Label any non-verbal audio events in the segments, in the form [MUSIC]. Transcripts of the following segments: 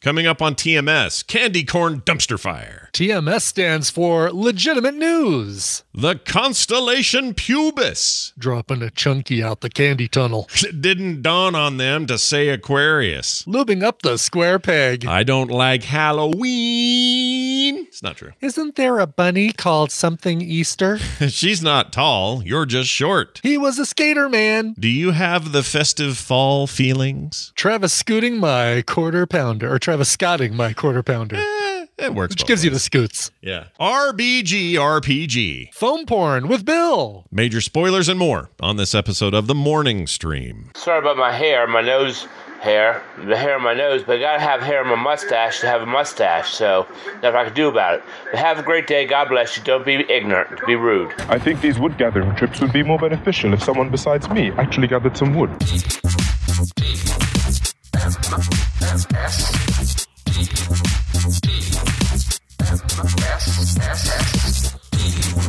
Coming up on TMS, Candy Corn Dumpster Fire, TMS stands for legitimate news. the Constellation Pubis. Dropping a chunky out the candy tunnel, It didn't dawn on them to say Aquarius. lubing up the square peg. I don't like Halloween. It's not true. [LAUGHS] Isn't there a bunny called something Easter? She's not tall. You're just short. he was a skater man. Do you have the festive fall feelings? Travis scooting my quarter pounder, or Travis Scotting my quarter pounder, Eh, it works. which both gives you the ways. scoots. yeah. RBG RPG. Foam porn with Bill. Major spoilers and more on this episode of the Morning Stream. Sorry about my hair, my nose hair, the hair on my nose, but I gotta have hair on my mustache to have a mustache, so nothing I can do about it. But have a great day, God bless you. Don't be ignorant, be rude. I think these wood gathering trips would be more beneficial if someone besides me actually gathered some wood.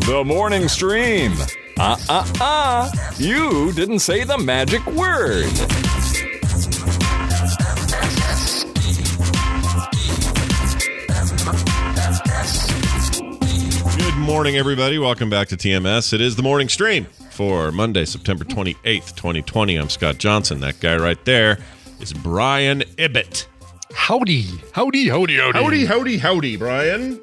The morning stream. Ah, ah, ah. You didn't say the magic word. Good morning, everybody. Welcome back to TMS. It is the Morning Stream for Monday, September 28th, 2020. I'm Scott Johnson. That guy right there is Brian Ibbett. Howdy. Howdy, howdy, howdy. howdy, howdy, Brian.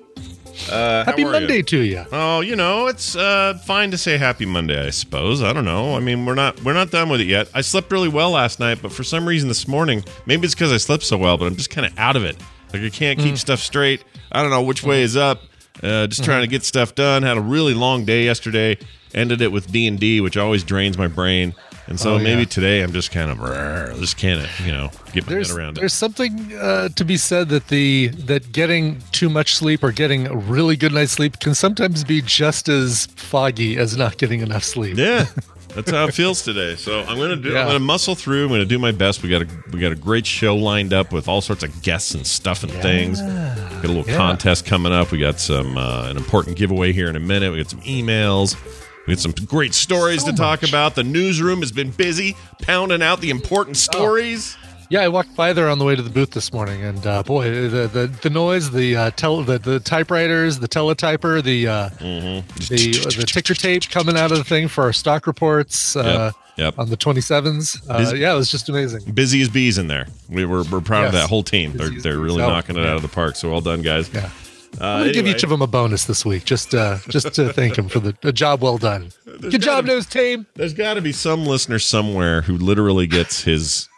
Uh, Happy Monday to you. Oh, you know, it's uh, fine to say Happy Monday, I suppose. I don't know. I mean, we're not we're not done with it yet. I slept really well last night, but for some reason this morning, maybe it's because I slept so well, but I'm just kind of out of it. Like I can't Mm. keep stuff straight. I don't know which way is up. Uh, just trying Mm-hmm. to get stuff done. Had a really long day yesterday. Ended it with D and D, which always drains my brain. And so Oh, maybe yeah. today I'm just kind of "Rrr," just kind of you know get my There's, head around it. there's something uh, to be said that the that getting too much sleep or getting a really good night's sleep can sometimes be just as foggy as not getting enough sleep. Yeah. That's how it feels today. So I'm gonna do. Yeah. I'm gonna muscle through. I'm gonna do my best. We got a we got a great show lined up with all sorts of guests and stuff and things. Got a little Yeah. contest coming up. We got some uh, an important giveaway here in a minute. We got some emails. We got some great stories So to talk much. about. The newsroom has been busy pounding out the important Oh. stories. Yeah, I walked by there on the way to the booth this morning, and uh, boy, the, the the noise, the uh, tel- the, the typewriters, the teletyper, the uh, the the ticker tape coming out of the thing for our stock reports uh, Yep, yep. on the twenty sevens. Uh, Is- yeah, it was just amazing. Busy as bees in there. We were we're proud of Yes. that whole team. Busy They're as they're bees. really Oh, knocking it out of the park. So well done, guys. Yeah. Uh, I'm gonna give anyway. each of them a bonus this week, just uh, just to thank him for the, the job [LAUGHS] well done. Good job, gotta- news team. There's got to be some listener somewhere who literally [LAUGHS] gets his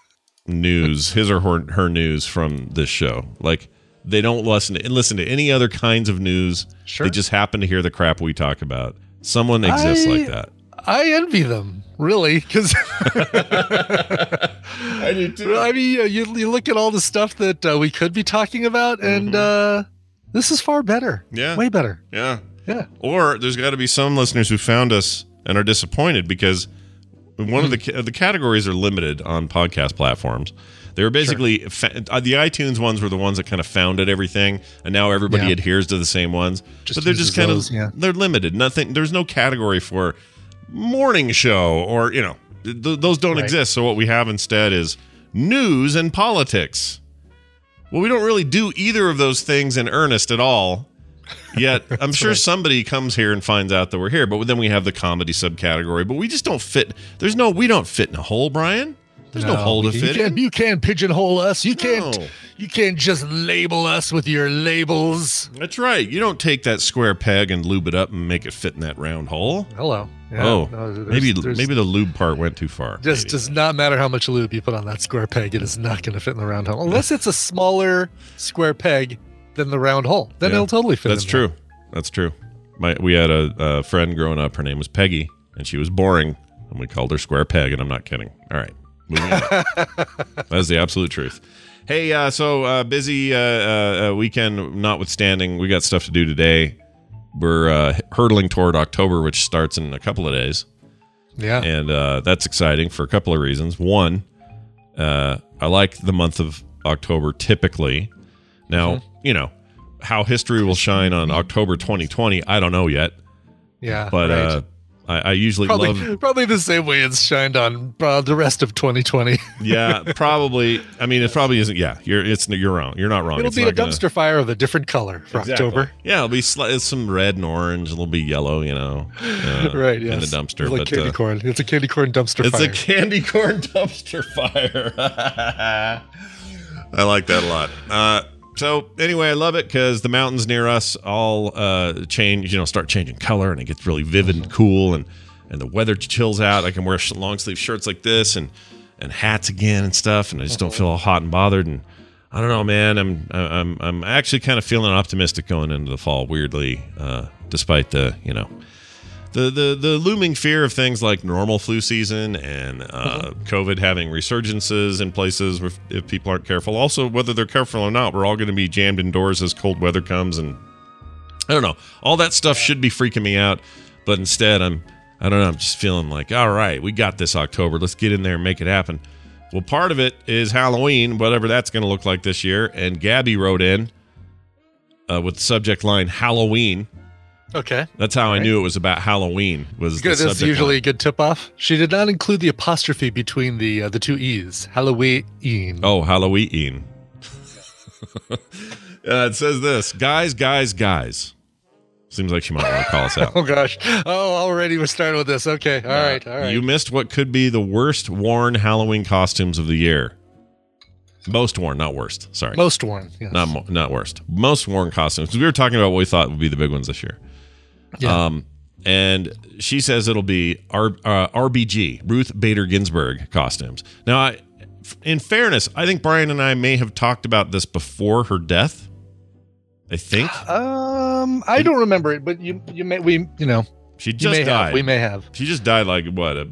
news, his or her, her news from this show. Like they don't listen to listen to any other kinds of news. Sure. They just happen to hear the crap we talk about. Someone exists I- like that. I envy them, really, because I do [LAUGHS] I mean, uh, you you look at all the stuff that uh, we could be talking about, and uh, this is far better. Mm-hmm. Yeah. way better. Yeah. Yeah. Or there's got to be some listeners who found us and are disappointed because one of the Hmm. ca- the categories are limited on podcast platforms. They were basically fa- uh, the iTunes ones were the ones that kind of founded everything, and now everybody Yeah. adheres to the same ones. Just but they're just uses kind those, of yeah. they're limited. Nothing. There's no category for morning show or you know th- th- those don't Right. exist. So what we have instead is news and politics. Well, we don't really do either of those things in earnest at all. [LAUGHS] Yet, I'm sure somebody comes here and finds out that we're here. But then we have the comedy subcategory. But we just don't fit. There's no. We don't fit in a hole, Brian. There's no, hole to you fit Can't, in. you can't pigeonhole us. You can't. No. You can't just label us with your labels. That's right. You don't take that square peg and lube it up and make it fit in that round hole. Hello. Yeah, oh, no, there's- maybe there's- maybe the lube part went too far. Just Maybe. does not matter how much lube you put on that square peg. It is not going to fit in the round hole unless it's a smaller square peg than the round hole. Then Yeah. it'll totally fit. That's in there. true. That's true. My we had a, a friend growing up. Her name was Peggy, and she was boring, and we called her Square Peg. And I'm not kidding. All right, moving on. That's the absolute truth. Hey, uh, so uh, busy uh, uh, uh, weekend notwithstanding, we got stuff to do today. We're uh, hurtling toward October, which starts in a couple of days Yeah. and uh, that's exciting for a couple of reasons. One, uh, I like the month of October typically. Now, Mm-hmm. you know how history will shine on October 2020. I don't know yet, yeah. but right. uh, I, I usually Probably, love probably the same way it's shined on uh, the rest [LAUGHS] of 2020. yeah, probably. I mean, it probably isn't. Yeah, you're it's you're wrong. You're not wrong. It'll It's be not a gonna- dumpster fire of a different color for Exactly. Uh, October. Yeah, it'll be sli- it's some red and orange. It'll be yellow. You know, uh, [LAUGHS] Right, yes. in the dumpster. It's like but, candy uh, corn. It's a candy corn dumpster it's fire. a candy corn [LAUGHS] dumpster fire. [LAUGHS] I like that a lot. Uh, so anyway, I love it because the mountains near us all uh, change. You know, start changing color, and it gets really vivid and cool, and and the weather chills out. I can wear sh- long sleeve shirts like this and and hats again and stuff, and I just don't Mm-hmm. feel all hot and bothered. And I don't know, man. I'm I'm I'm actually kind of feeling optimistic going into the fall. Weirdly, uh, despite the you know the, the the looming fear of things like normal flu season and uh, COVID having resurgences in places where if people aren't careful. Also, whether they're careful or not, we're all going to be jammed indoors as cold weather comes, and I don't know. All that stuff should be freaking me out, but instead, I'm I don't know. I'm just feeling like, all right, we got this October. Let's get in there and make it happen. Well, part of it is Halloween, whatever that's going to look like this year. And Gabby wrote in uh, with the subject line Halloween. okay. That's how I knew it was about Halloween. Was Good. the That's subject usually line. a good tip off. She did not include the apostrophe between the uh, the two e's. Halloween. oh Halloween. [LAUGHS] uh, it says this, guys, guys, guys. Seems like she might want to call [LAUGHS] us out. Oh gosh. Oh, already we're starting with this. Okay. All right. All right. You missed what could be the worst worn Halloween costumes of the year. Most worn, not worst. Sorry, Most worn. Yes. not mo- not worst. Most worn costumes. 'Cause We were talking about what we thought would be the big ones this year. Yeah. Um, and she says it'll be R, uh, RBG, Ruth Bader Ginsburg costumes. Now, I, in fairness, I think Brian and I may have talked about this before her death. I [GASPS] think Um, I don't remember it, but you you may we you know she you just may have died. we may have she just died like what a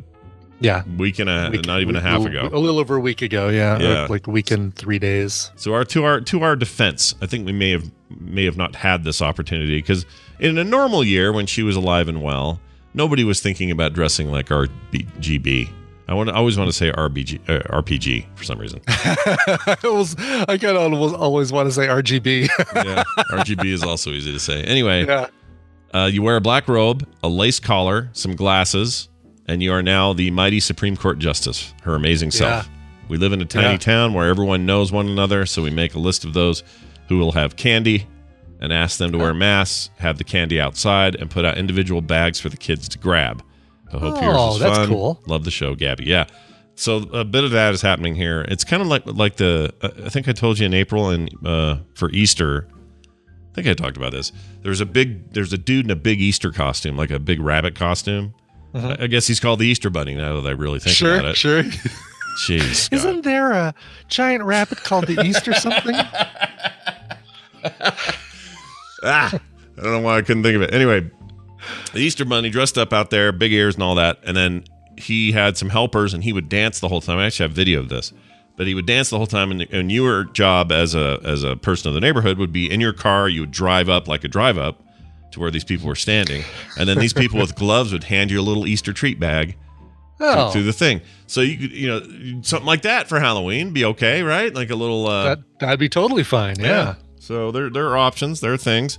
yeah. week and a Week- not even a half little- ago. A little over a week ago, yeah. or Yeah. Like a week and three days. [LAUGHS] So our to our to our defense, I think we may have may have not had this opportunity because in a normal year when she was alive and well, nobody was thinking about dressing like RBGB. I want I always want to say RBG uh, RPG for some reason. I almost, I kind of almost always want to say [LAUGHS] RGB. Yeah, RGB is also easy to say. [LAUGHS] Anyway, yeah. uh, you wear a black robe, a lace collar, some glasses, and you are now the mighty Supreme Court Justice, her amazing self. We live in a tiny Yeah. town where everyone knows one another, so we make a list of those who will have candy and ask them to wear masks, have the candy outside, and put out individual bags for the kids to grab. I hope yours Oh, is that's fun. cool. Love the show, Gabby. Yeah. So a bit of that is happening here. It's kind of like like the uh, I think I told you in April and uh, for Easter. I think I talked about this. There's a big there's a dude in a big Easter costume, like a big rabbit costume. I I guess he's called the Easter Bunny now that I really think about Mm-hmm. Sure. it. Sure. Jeez, Scott. Isn't there a giant rabbit called the Easter [LAUGHS] something? ah, I don't know why I couldn't think of it. Anyway, the Easter Bunny dressed up out there, big ears and all that, and then he had some helpers, and he would dance the whole time. I actually have video of this, but he would dance the whole time. And, and your job as a as a person of the neighborhood would be in your car. You would drive up like a drive up to where these people were standing, and then these people with gloves would hand you a little Easter treat bag Oh, through the thing. So you could you know something like that for Halloween be okay, right? Like a little uh, that that'd be totally fine. Yeah. So there there are options, there are things.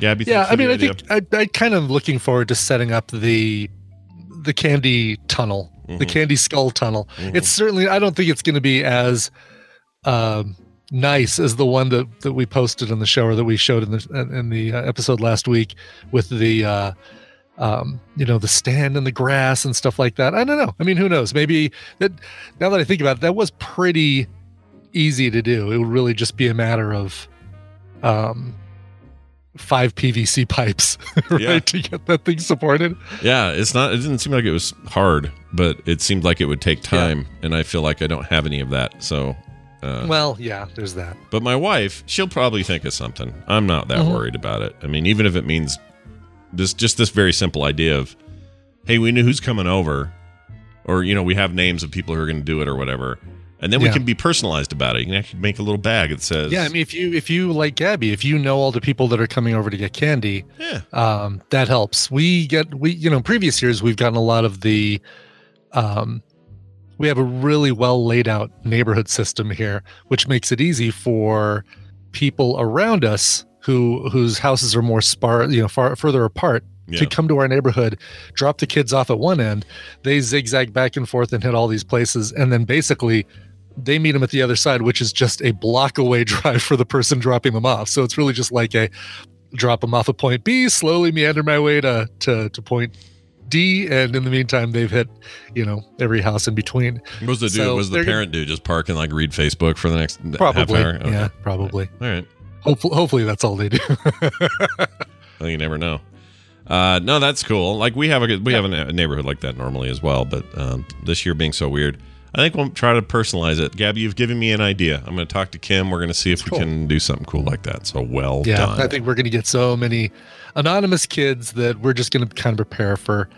Gabby, Yeah. thanks I for mean, the I idea. think I, I kind of looking forward to setting up the the candy tunnel, the candy skull tunnel. It's certainly. I don't think it's going to be as um, nice as the one that that we posted on the show or that we showed in the in the uh, episode last week with the. Uh, um, you know, the stand and the grass and stuff like that. I don't know. I mean, who knows? Maybe that now that I think about it, that was pretty easy to do. It would really just be a matter of um five PVC pipes, [LAUGHS] right? Yeah. To get that thing supported. Yeah, it's not. It didn't seem like it was hard, but it seemed like it would take time, and I feel like I don't have any of that. So, uh, Well, yeah, there's that. but my wife, she'll probably think of something. I'm not that Mhm. worried about it. I mean, even if it means this, just this very simple idea of, hey, we knew who's coming over, or you know, we have names of people who are going to do it or whatever, and then we Yeah. can be personalized about it. You can actually make a little bag that says, Yeah, I mean if you if you like Gabby, if you know all the people that are coming over to get candy, yeah, um, that helps. We get we you know in previous years we've gotten a lot of the um we have a really well laid out neighborhood system here, which makes it easy for people around us who whose houses are more spar you know far further apart Yeah. to come to our neighborhood, drop the kids off at one end. They zigzag back and forth and hit all these places. And then basically, they meet them at the other side, which is just a block away [LAUGHS] drive for the person dropping them off. So it's really just like a drop them off at point B, slowly meander my way to, to, to point D. And in the meantime, they've hit, you know, every house in between. What was the dude? So was the they're gonna- parent dude just park and like read Facebook for the next Probably. half hour? Okay. Yeah, probably. All right. Hopefully, hopefully that's all they do. Well, you never know. Uh, no, that's cool. Like we have a good- we have a na- a neighborhood like that normally as well, but um, this year being so weird, I think we'll try to personalize it. Gabby, you've given me an idea. I'm going to talk to Kim. We're going to see if Cool. we can do something cool like that. So well yeah, done. I think we're going to get so many anonymous kids that we're just going to kind of prepare for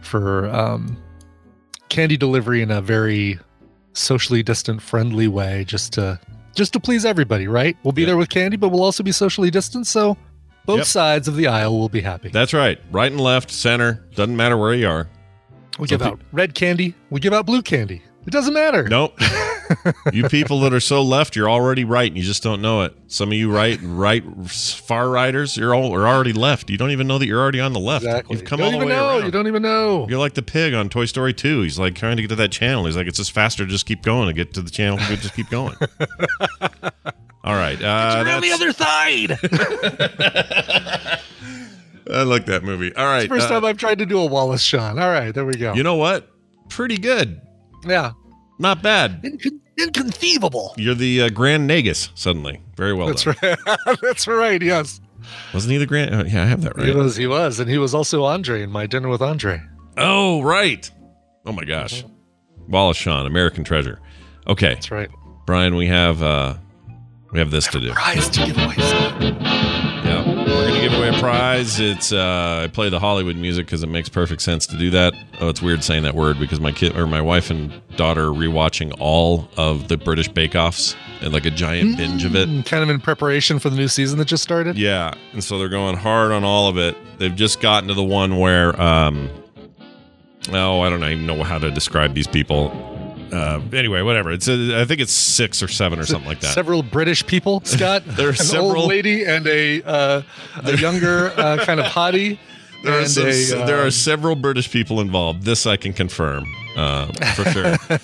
for um, candy delivery in a very socially distant, friendly way, just to just to please everybody. Right? We'll be Yeah. there with candy, but we'll also be socially distant, so both Yep. sides of the aisle will be happy. that's right. Right and left, center. Doesn't matter where you are. we give so pe- out red candy. We give out blue candy. It doesn't matter. [LAUGHS] Nope. you people that are so left, you're already right, and you just don't know it. Some of you right, right, far righters, you're all are already left. You don't even know that you're already on the left. Exactly. You've come you don't all the even way know. around. You don't even know. You're like the pig on Toy Story 2. He's like trying to get to that channel. He's like, it's just faster to just keep going and get to the channel. We just keep [LAUGHS] going. All right. Uh, that's- side. [LAUGHS] I like that movie. All right. First uh, time I've tried to do a Wallace Shawn. All right, there we go. you know what? Pretty good. yeah. Not bad. Incon- inconceivable. You're the uh, Grand Nagus suddenly. Very well That's done. right. [LAUGHS] That's right. Yes, Wasn't he the Grand? oh, yeah, I have that he right. was. He was, and he was also Andre in my dinner with Andre. oh, right. Oh, my gosh. Wallace Shawn, American Treasure. Okay. That's right. Brian, we have. Uh, we have this to do. Prize to give away. Scott. Yeah, we're gonna give away a prize. It's uh, I play the Hollywood music because it makes perfect sense to do that. Oh, it's weird saying that word because my kid or my wife and daughter are rewatching all of the British Bake Offs and like a giant binge of it. Mm, Kind of in preparation for the new season that just started. Yeah, and so they're going hard on all of it. They've just gotten to the one where, um, oh, I don't even know how to describe these people. Uh, anyway, whatever. It's a, I think it's six or seven or something like that. Several [LAUGHS] British people, Scott. There are an several- old lady and a uh, [LAUGHS] a younger uh, kind of hottie. There are, and some, a, there um, are several British people involved. This I can confirm uh, for [LAUGHS] sure.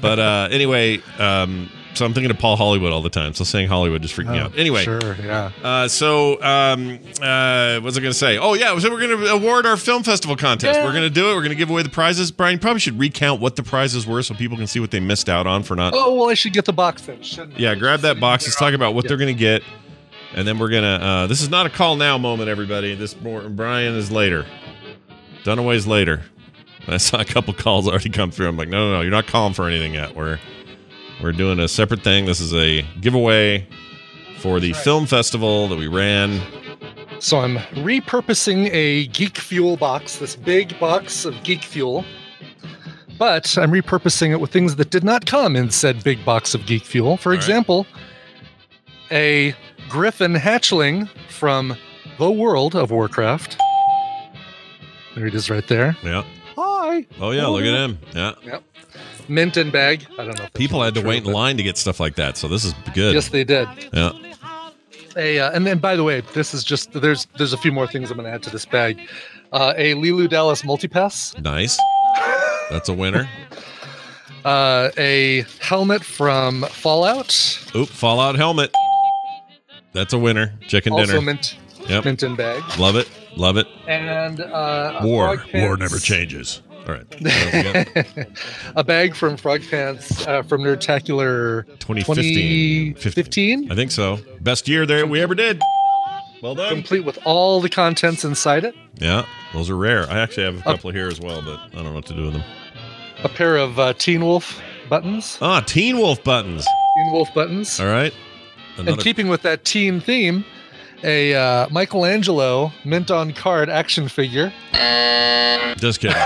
but uh, anyway, um, so I'm thinking of Paul Hollywood all the time. So saying Hollywood just freaked me oh, out. Anyway, sure, yeah. uh, so um, uh, what was I going to say? Oh yeah, so we're going to award our film festival contest. We're going to do it. We're going to give away the prizes. Brian, you probably should recount what the prizes were so people can see what they missed out on for not. Oh well, I should get the box set, shouldn't I? Yeah, grab that box. Let's talk about what Yeah. they're going to get. And then we're going to. Uh, this is not a call now moment, everybody. This more- Brian is later. Dunaway's later. [LAUGHS] I saw a couple calls already come through. I'm like, no, no, no, you're not calling for anything yet. We're we're doing a separate thing. This is a giveaway for the film festival that we ran. So I'm repurposing a Geek Fuel box, this big box of Geek Fuel, but I'm repurposing it with things that did not come in said big box of Geek Fuel. All For right. example, a Griffin hatchling from the world of Warcraft. There it is right there. Yeah. Hi. Oh yeah, look at him. Yeah. Mint and bag. I don't know. if that's People had to true, wait in but- line to get stuff like that, so this is good. Yes, they did. Yeah. A, uh, and then, by the way, this is just there's there's a few more things I'm going to add to this bag. Uh, a Lilu Dallas multipass, Nice. That's a winner. uh, a helmet from Fallout, Oop, Fallout helmet. That's a winner. Chicken also dinner. mint Yep. mint in bag, Love it. Love it. and uh, a War. Frog War Pants- never changes. All right. Uh, we got [LAUGHS] a bag from Frog Pants uh, from Nerdtacular 2015. 2015, I think so. Best year there we ever did. Well done. complete with all the contents inside it. Yeah, those are rare. I actually Uh, have a couple here as well, but I don't know what to do with them. A pair of uh, Teen Wolf buttons, Ah, Teen Wolf buttons. Teen Wolf buttons. All right. and Another keeping with that teen theme, a uh, Michelangelo mint on card action figure. Just [LAUGHS] kidding.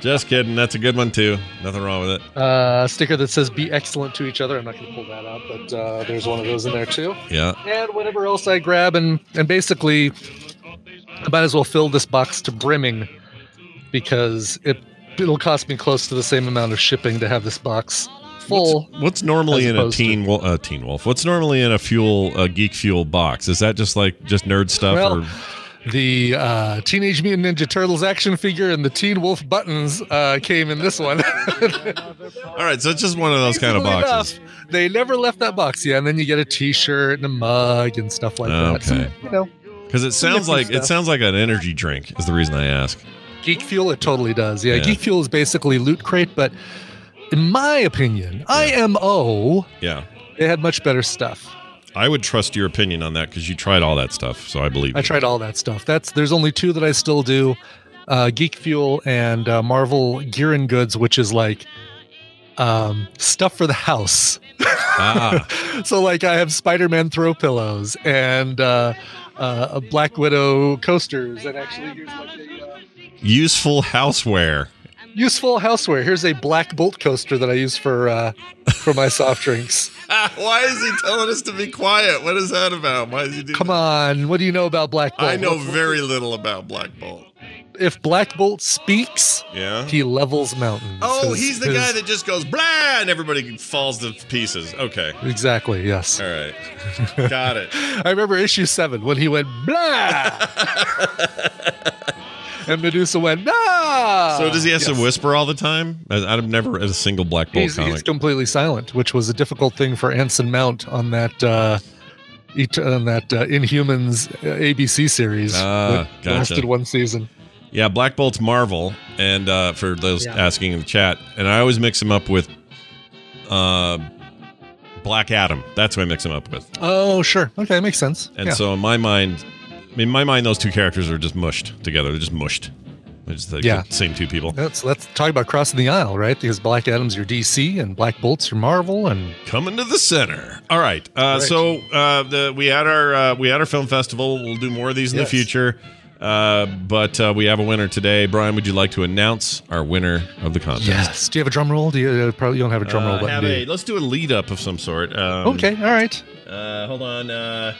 Just kidding. That's a good one too. Nothing wrong with it. Uh, sticker that says "Be excellent to each other." I'm not going to pull that out, but uh, there's one of those in there too. Yeah. And whatever else I grab, and and basically, I might as well fill this box to brimming because it it'll cost me close to the same amount of shipping to have this box full. What's, what's normally as in a opposed to- teen wolf, uh, teen wolf? What's normally in a fuel, a geek fuel box? Is that just like just nerd stuff? Well, or, the uh, Teenage Mutant Ninja Turtles action figure and the Teen Wolf buttons uh, came in this one. [LAUGHS] All right, so it's just one of those kind of Amazingly boxes. enough, they never left that box. Yeah, and then you get a T-shirt and a mug and stuff like that. So, Okay. you know, Because it sounds different like it stuff. sounds like an energy drink is the reason I ask. Geek Fuel, it totally does. Yeah, Yeah. Geek Fuel is basically Loot Crate, but in my opinion, IMO Yeah, they had much better stuff. I would trust your opinion on that because you tried all that stuff, so I believe. I you. tried all that stuff. That's there's only two that I still do: uh, Geek Fuel and uh, Marvel Gear and Goods, which is like um, stuff for the house. Ah, so like I have Spider-Man throw pillows and uh, uh, a Black Widow coasters and actually here's like a, uh, [LAUGHS] useful houseware. useful houseware. Here's a Black Bolt coaster that I use for uh, for my soft drinks. Ah, Why is he telling us to be quiet? What is that about? Why is he doing? Come on, what do you know about Black Bolt? very little about Black Bolt. if Black Bolt speaks, Yeah. he levels mountains. Oh, His- he's the his- guy that just goes blah and everybody falls to pieces. Okay. Exactly. Yes. All [LAUGHS] right. Got it. I remember issue seven when he went [LAUGHS] blah, and Medusa went blah. So does he have Uh, Yes. to whisper all the time? I, I've never read a single Black Bolt He's, comic. he's completely silent, which was a difficult thing for Anson Mount on that uh, each, on that uh, Inhumans uh, ABC series. Ah, that gotcha. Lasted one season. yeah, Black Bolt's Marvel, and uh, for those Yeah. asking in the chat, and I always mix him up with uh, Black Adam. That's what I mix him up with. Oh, sure. Okay, makes sense. And yeah. so in my mind, in my mind, those two characters are just mushed together. They're just mushed. They're just like Yeah. the same two people. That's, let's talk about crossing the aisle, right? Because Black Adam's your DC and Black Bolt's your Marvel, and coming to the center. All right. Uh, Great. So uh, the, we had our uh, we had our film festival. We'll do more of these in the Yes. future. Uh, but uh, we have a winner today. Brian, would you like to announce our winner of the contest? yes. Do you have a drum roll? Do you uh, probably you don't have a drum roll Uh, button? have do a, you? let's do a lead up of some sort. Um, Okay, all right. Uh, hold on. Uh,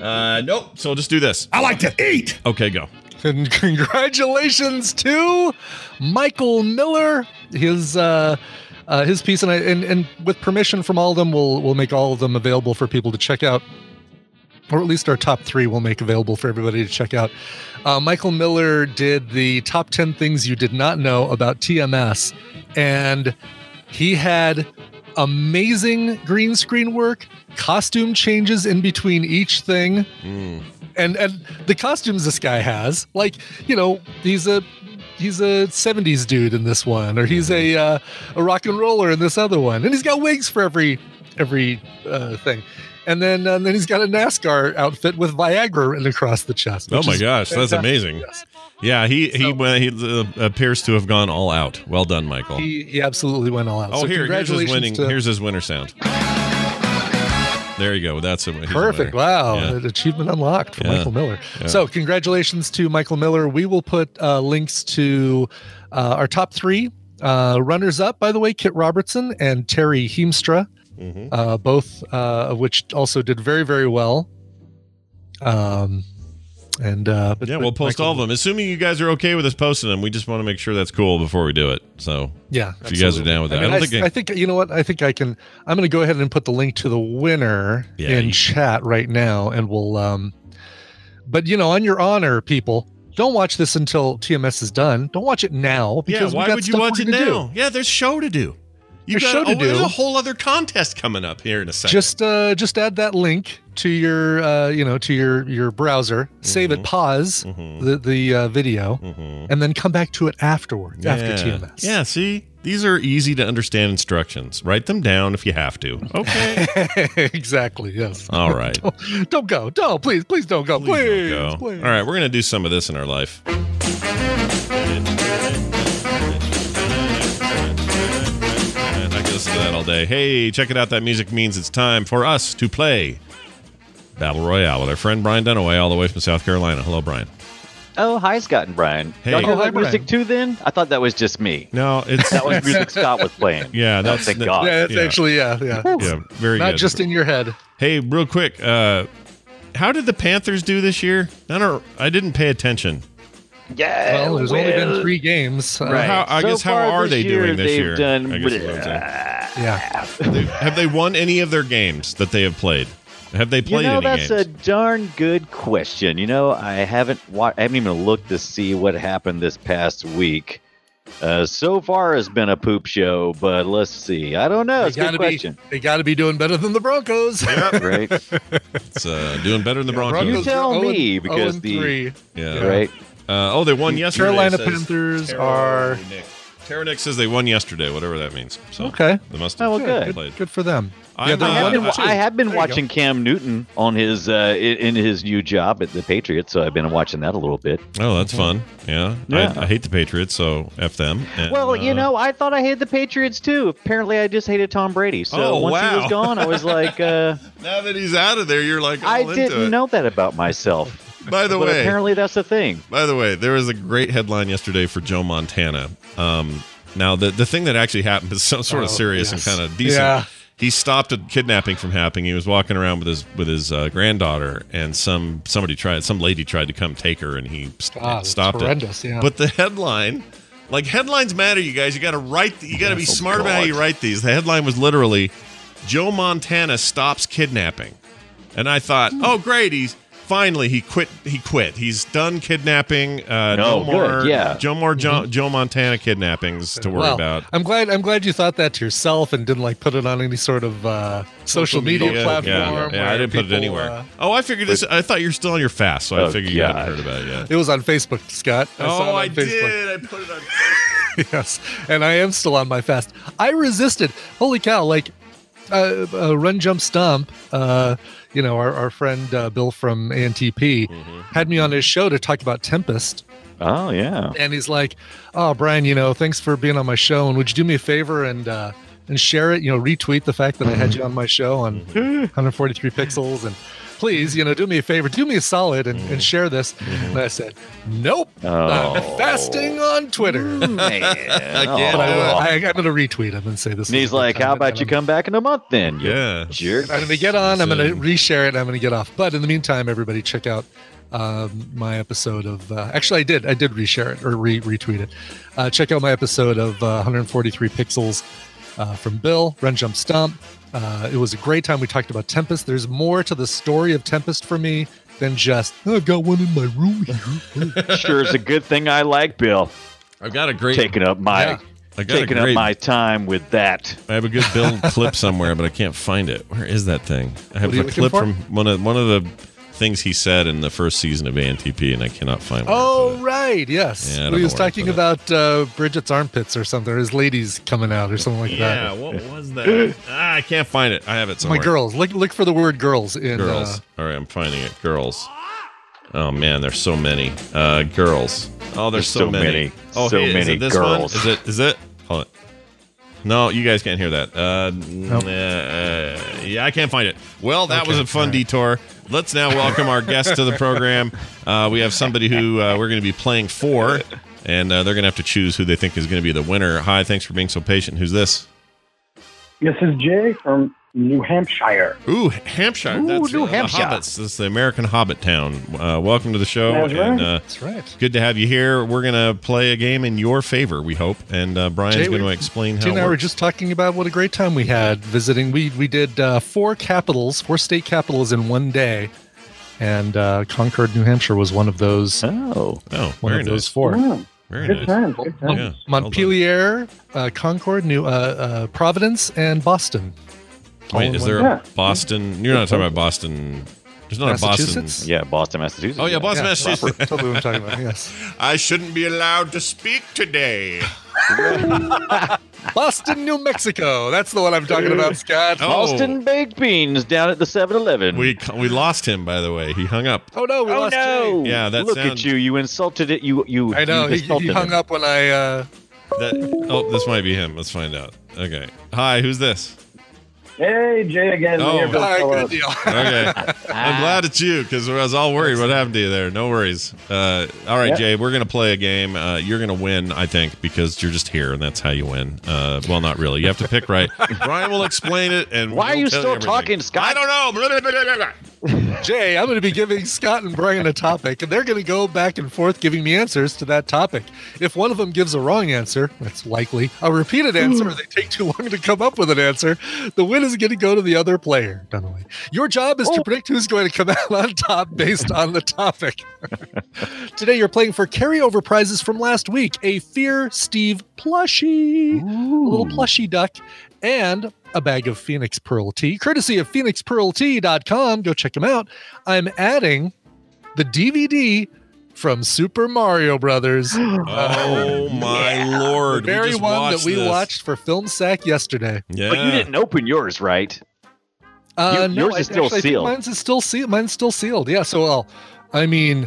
uh, nope. So just do this. I like to eat. Okay, go. And [LAUGHS] congratulations to Michael Miller. His uh, uh, his piece, and, I, and and with permission from all of them, we'll we'll make all of them available for people to check out, or at least our top three we'll make available for everybody to check out. Uh, Michael Miller did the top ten things you did not know about TMS, and he had amazing green screen work, costume changes in between each thing Mm. and and the costumes this guy has like you know he's a he's a 70s dude in this one or he's a uh, Mm-hmm. a rock and roller in this other one and he's got wigs for every every uh, thing and then uh, and then he's got a NASCAR outfit with Viagra written across the chest. Oh which my is gosh, that's fantastic. amazing. Yes. Yeah, he he went, he uh, appears to have gone all out. Well done, Michael. He, he absolutely went all out. Oh, so here, here's his congratulations winning. to- here's his winner sound. There you go. That's a, he's a Perfect. winner. Wow. Yeah. That Achievement unlocked for Yeah. Michael Miller. Yeah. So, congratulations to Michael Miller. We will put uh, links to uh, our top three uh, runners up, by the way, Kit Robertson and Terry Heemstra, Mhm. uh, both uh, of which also did very, very well. Um, and uh, but- Yeah, but we'll post Michael- all of them. Assuming you guys are okay with us posting them, we just want to make sure that's cool before we do it. So Yeah, if you guys are down with that, I, mean, don't think. I think you know what I think I can. I'm going to go ahead and put the link to the winner Yeah, in you- chat right now, and we'll. um But you know, on your honor, people, don't watch this until TMS is done. Don't watch it now yeah, because we why got would you stuff watch we're it gonna do. now? Yeah, there's show to do. You There's show to oh, There's do. a whole other contest coming up here in a second. Just uh, just add that link to your uh, you know to your your browser. Save Mm-hmm. it. Pause Mhm. the the uh, video, Mhm. and then come back to it afterwards after Yeah. TMS. Yeah, see, these are easy to understand instructions. Write them down if you have to. Okay. [LAUGHS] exactly. Yes. all right. [LAUGHS] Don't go. Don't please. Please don't go. Please. Please Please. don't go. All right, we're gonna do some of this in our life. And I can listen to that all day. Hey, check it out. That music means it's time for us to play Battle Royale with our friend Brian Dunaway, all the way from South Carolina. Hello, Brian. Oh, hi, Scott and Brian. Hey. Y'all hear Oh, hi, that music Brian. too then? I thought that was just me. No, it's That was [LAUGHS] music Scott was playing. yeah, that's thank God. Yeah, that's Yeah. actually yeah, yeah. yeah, very Not good. just in your Uh, head. hey, real quick, uh, how did the Panthers do this year? I don't. I didn't pay attention. Yeah. Well, there's only well, been three games. Uh, Right. How, I So guess how far are they this year, doing this they've year? done I guess is what I'm saying. Yeah. They've- have they won any of their games that they have played? Have they You played know, any that's games? a darn good question. You know, I haven't wa- I haven't even looked to see what happened this past week. Uh, so far has been a poop show, but let's see. I don't know. They It's a good gotta be. [LAUGHS] question. They gotta be doing better than [LAUGHS] the Broncos. right? It's uh, doing better than the You Broncos. are tell 0 me, because 0 the- three. Yeah. [LAUGHS] Right? Uh, oh, they won yesterday. Carolina says Panthers Tara are Nick. Tara Nick says they won yesterday, whatever that means. So okay. They must have Oh, well, good. played. Good for them. I'm, they uh, I have won been, wa- two. I have been There you go. watching Cam Newton on his uh, i- in his new job at the Patriots, so I've been watching that a little bit. Oh, that's fun. Yeah. Yeah. I, I hate the Patriots, so F them. And, Well, you uh, know, I thought I hated the Patriots too. Apparently, I just hated Tom Brady. So Oh, once wow. he was gone, [LAUGHS] I was like, uh, Now that he's out of there, you're like, all I into it. didn't know that about [LAUGHS] myself. By the but way, apparently, that's the thing. By the way, there was a great headline yesterday for Joe Montana. Um, now, the, the thing that actually happened is so, sort of Oh, serious yes. and kind of decent. Yeah. He stopped a kidnapping from happening. He was walking around with his with his uh, granddaughter, and some somebody tried some lady tried to come take her, and he st- Ah, that's stopped horrendous, it. yeah. But the headline, like headlines matter, you guys. You got to write. You got to be Oh, smart about how you God. write these. The headline was literally, "Joe Montana stops kidnapping." And I thought, Hmm. oh great, he's finally he quit. He quit. He's done kidnapping. Uh, no, Oh, No, more. good, yeah. Joe more Joe, Joe Montana kidnappings to worry Mm-hmm. Well, about. I'm glad. I'm glad you thought that to yourself and didn't like put it on any sort of uh, social media, Yeah, platform. yeah, yeah, where I didn't put it people, anywhere. uh, oh, I figured this. I thought you're still on your fast, so I Oh, figured you hadn't God. heard about it yet. it was on Facebook, Scott. I saw it oh, on I Facebook. did. I put it on. [LAUGHS] yes and i am still on my fast i resisted holy cow like uh, uh run jump stomp uh you know our, our friend uh, bill from antp had me on his show to talk about tempest Oh yeah. and he's like oh brian you know thanks for being on my show and would you do me a favor and uh and share it you know retweet the fact that i had you on my show on [LAUGHS] 143 pixels and please you know do me a favor do me a solid and, and share this and i said nope i'm Oh. fasting on twitter [LAUGHS] Man. can't but I, do Oh. will- I, I'm going to retweet him and say this. And is he's a good like, time, "How about and you I'm- come back in a month then?" you Yeah. [LAUGHS] jerk. I'm going to get on. I'm going to Listen. reshare it. and I'm going to get off. But in the meantime, everybody, check out um, my episode of. Uh, actually, I did. I did reshare it or re- retweet it. Uh, check out my episode of uh, 143 Pixels uh, from Bill Run Jump Stomp. Uh, it was a great time. We talked about Tempest. There's more to the story of Tempest for me than just "Oh, I've got one in my room here. Sure, it's a good thing I like Bill I've got a great. taking up my Yeah. I got a taking up great. my time with that. I have a good [LAUGHS] Bill clip somewhere, but I can't find it. Where is that thing? I have What are you a looking clip for? from one of one of the things he said in the first season of ANTP, and I cannot find. where I put Oh it. right, yes. Yeah, I don't we know was where I talking put it. about uh, Bridget's armpits or something, or his ladies coming out or something like that. Yeah, what was [LAUGHS] that? ah, I can't find it. I have it somewhere. My girls, look look for the word girls in Girls. Uh, All right, I'm finding it. Girls. Oh man, there's so many. Uh, girls. Oh, there's, There's so, so many. many. Oh, So hey, is many it this girls. One? Is it? Is it? Hold on. No, you guys can't hear that. Uh, n- uh, yeah, I can't find it. Well, that was a fun detour. Let's now welcome our guest to the program. Uh, we have somebody who uh, we're going to be playing for, and uh, they're going to have to choose who they think is going to be the winner. Hi, thanks for being so patient. Who's this? This is Jay from New Hampshire. Ooh, Hampshire. Ooh, that's uh, New the Hampshire. Hobbits. That's the American Hobbit town. Uh, welcome to the show. That's right. and, uh, That's right. good to have you here. We're going to play a game in your favor, we hope. And uh, Brian's Jay, going to we- explain how Tina it and I were works. just talking about what a great time we had visiting. We we did uh, four capitals, four state capitals in one day, and uh, Concord, New Hampshire was one of those. Oh, oh, One very nice. of those four. Yeah, Very good nice. times, good times. Yeah, well done. Montpelier, uh, Concord, New uh, uh, Providence, and Boston. All Wait, in is one there Yeah. a Boston? You're not talking about Boston. There's not a Boston. Massachusetts? yeah, Boston, Massachusetts. Oh, yeah, Yeah, Boston, Massachusetts. proper. totally what I'm talking about. Yes, I shouldn't be allowed to speak today. Boston, New Mexico. That's the one I'm talking about, Scott. Oh. Boston baked beans down at the 7-Eleven. We we lost him, by the way. He hung up. Oh no, we oh lost no! Jay. Yeah, that Look sounds- at you. You insulted it. You you. I know You he, he insulted hung him. up when I. Uh, That, oh, this might be him. Let's find out. Okay. Hi, who's this? Hey, Jay again. Oh. Mayor Bill all right, Fellows. good deal. [LAUGHS] okay. I'm glad it's you because I was all worried what happened to you there. No worries. Uh, all right, Yeah. Jay, we're going to play a game. Uh, you're going to win, I think, because you're just here and that's how you win. Uh, well, not really. [LAUGHS] You have to pick right. Brian will explain it. and Why are we'll you tell still everything. talking, Scott? [LAUGHS] I don't know. Jay, I'm going to be giving Scott and Brian a topic, and they're going to go back and forth giving me answers to that topic. If one of them gives a wrong answer, that's likely a repeated answer, or they take too long to come up with an answer, the win is going to go to the other player, Dunaway. Your job is to predict who's going to come out on top based on the topic. Today, you're playing for carryover prizes from last week a Fear Steve plushie, a Hmm. little plushie duck, and a bag of Phoenix Pearl tea, courtesy of PhoenixPearlTea.com. Go check them out. I'm adding the DVD from Super Mario [GASPS] Brothers, the Oh my lord! We very just one that watched we this. watched for Film Sack yesterday. Yeah. But you didn't open yours, right? Uh, You- no, yours I- is still actually, I think sealed. Mine's is still sealed. Mine's still sealed. Yeah. So, well, I mean,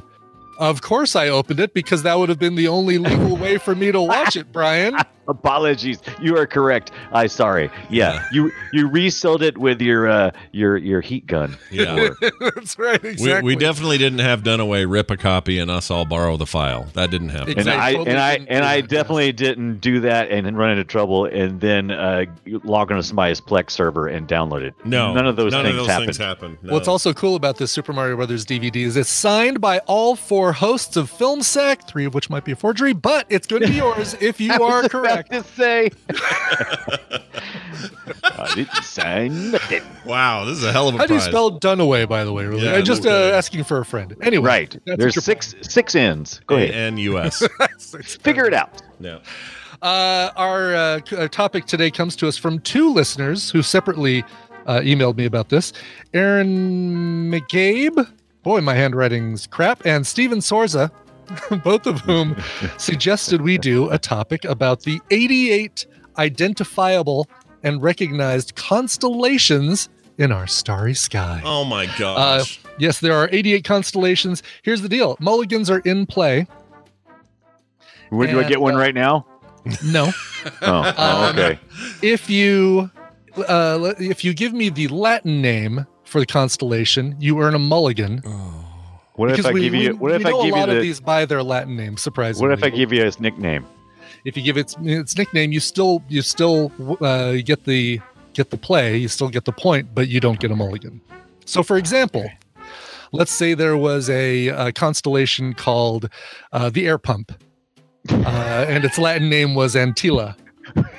of course I opened it because that would have been the only legal way for me to watch it, Brian. [LAUGHS] Apologies. You are correct. I sorry. Yeah, you you resealed it with your uh your your heat gun. [LAUGHS] Yeah. [LAUGHS] That's right. Exactly. We, we definitely didn't have Dunaway rip a copy and us all borrow the file. That didn't happen. And I, Exactly. and I Totally and didn't do I that, yes. definitely didn't do that and then run into trouble and then uh, log onto somebody's Plex server and download it. no, none of those none things of those happened. things happened. No. What's also cool about this Super Mario Brothers DVD is it's signed by all four hosts of FilmSack, three of which might be a forgery, but it's going to be yours if [LAUGHS] you I was are about correct. [LAUGHS] to say. I didn't sign nothing. wow, this is a hell of a How do you prize. spell Dunaway, by the way? Really, Yeah, I'm just uh, okay. asking for a friend. Anyway, Right. that's There's your- six six ends. Go ahead. A-N-U-S. [LAUGHS] [LAUGHS] Figure it out. no. Uh, our, uh, c- our topic today comes to us from two listeners who separately uh, emailed me about this Aaron McCabe, boy, my handwriting's crap, and Steven Sorza, [LAUGHS] both of whom suggested we do a topic about the 88 identifiable and recognized constellations in our starry sky. Oh my gosh. Yes, there are 88 constellations. Here's the deal mulligans are in play. Where do I And, get one uh, [LAUGHS] right now? No. Oh, oh, okay. if you uh, if you give me the Latin name for the constellation, you earn a mulligan. What if I we, give you? we- What if we I know give a you lot of the? these by their Latin name? Surprisingly, What if I give you his nickname? If you give its its nickname, you still you still uh, get the get the play. You still get the point, but you don't get a mulligan. So, for example, let's say there was a, uh constellation called uh, the Air [LAUGHS] Pump, uh, and its Latin name was Antilla.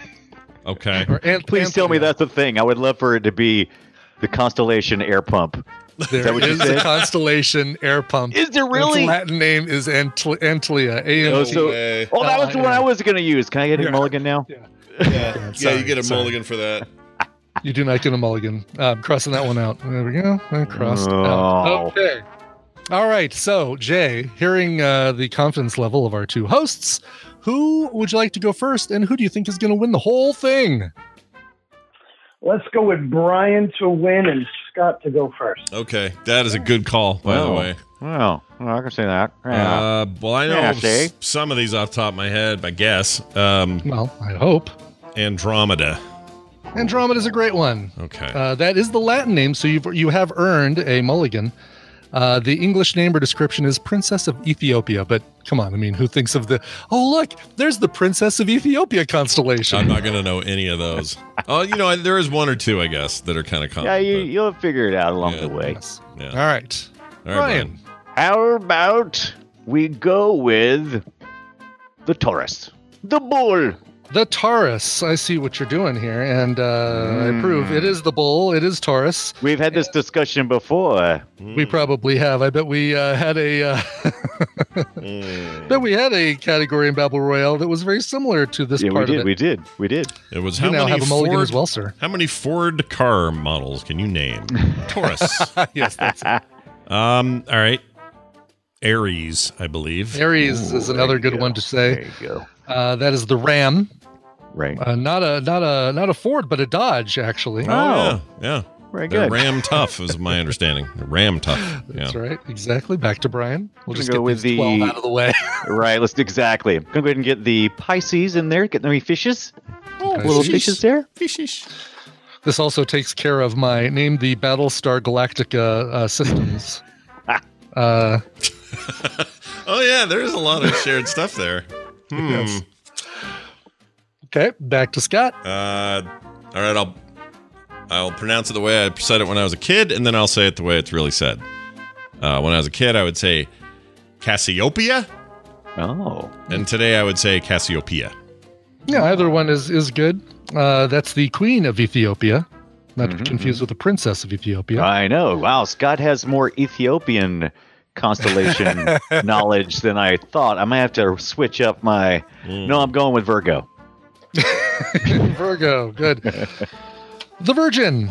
[LAUGHS] okay. Or Ant- Please tell me Antlia. that's the thing. I would love for it to be the constellation air pump. There is that what you a said? constellation air pump. Is there Its really? Latin name is Antl- Antlia. A-N-T-L-I-A. Oh, so- Way. Oh, that was the one I was going to use. Can I get a Yeah. mulligan now? yeah. sorry, sorry. for that. you do not get a mulligan. Uh, I'm crossing that one out. There we go. I crossed Oh. out. Okay. All right. So, Jay, hearing uh, the confidence level of our two hosts, who would you like to go first and who do you think is going to win the whole thing? Let's go with Brian to win and Scott to go first. Okay. That is a good call, by the Wow. way. Wow. Well, I can say that. Yeah. Uh, well, I know Yeah, s- Shay. some of these off the top of my head, I guess. Um, Well, I hope. Andromeda. Andromeda is a great one. Okay. Uh, that is the Latin name, so you've, you have earned a mulligan. Uh, the English name or description is Princess of Ethiopia, but come on, I mean, who thinks of the? Oh, look, there's the Princess of Ethiopia I'm constellation. not going to know any of those. Oh, you know, I, there is one or two, I guess, that are kind of common. yeah, you, but- you'll figure it out along Yeah. the way. Yes. yeah. All right, All right, Brian. Brian. How about we go with the Taurus? The bull. The Taurus. I see what you're doing here, and uh, I Mm. approve. It is the bull. It is Taurus. We've had this discussion before. We Mm. probably have. I bet we uh, had a. Uh, [LAUGHS] Mm. bet we had a category in Battle Royale that was very similar to this yeah, we part did. of We it. did. We did. It was you how now many have a mulligan Ford, as well, sir. How many Ford car models can you name? [LAUGHS] Taurus. yes, that's um. All right. Aries, I believe. Aries is Ooh, another there you good go. one to say. There you go. Uh, that is the Ram, Right. uh, not a not a not a Ford, but a Dodge actually. Oh, Oh. yeah, yeah. Very They're good. Ram tough, is my understanding. They're Ram tough. Yeah. That's right, exactly. Back to Brian. We'll Gonna just go get with these twelve the- out of the [LAUGHS] way. Right. Let's exactly. I'm gonna go ahead and get the Pisces in there. Get any fishes? Little Pisces. fishes there. This also takes care of my name, the Battlestar Galactica uh, [LAUGHS] systems. uh, Oh yeah, there is a lot of shared stuff there. Hmm. okay, back to Scott. Hmm. Uh, all right, I'll I'll pronounce it the way I said it when I was a kid, and then I'll say it the way it's really said. Uh, when I was a kid, I would say Cassiopeia, Oh, and today I would say Cassiopeia. Yeah, either one is is good. Uh, that's the queen of Ethiopia, not Mm-hmm, to be confused with the princess of Ethiopia. I know. Wow, Scott has more Ethiopian [LAUGHS] constellation knowledge than I thought. I might have to switch up my. No, I'm going with Virgo. Virgo, [LAUGHS] good. the Virgin.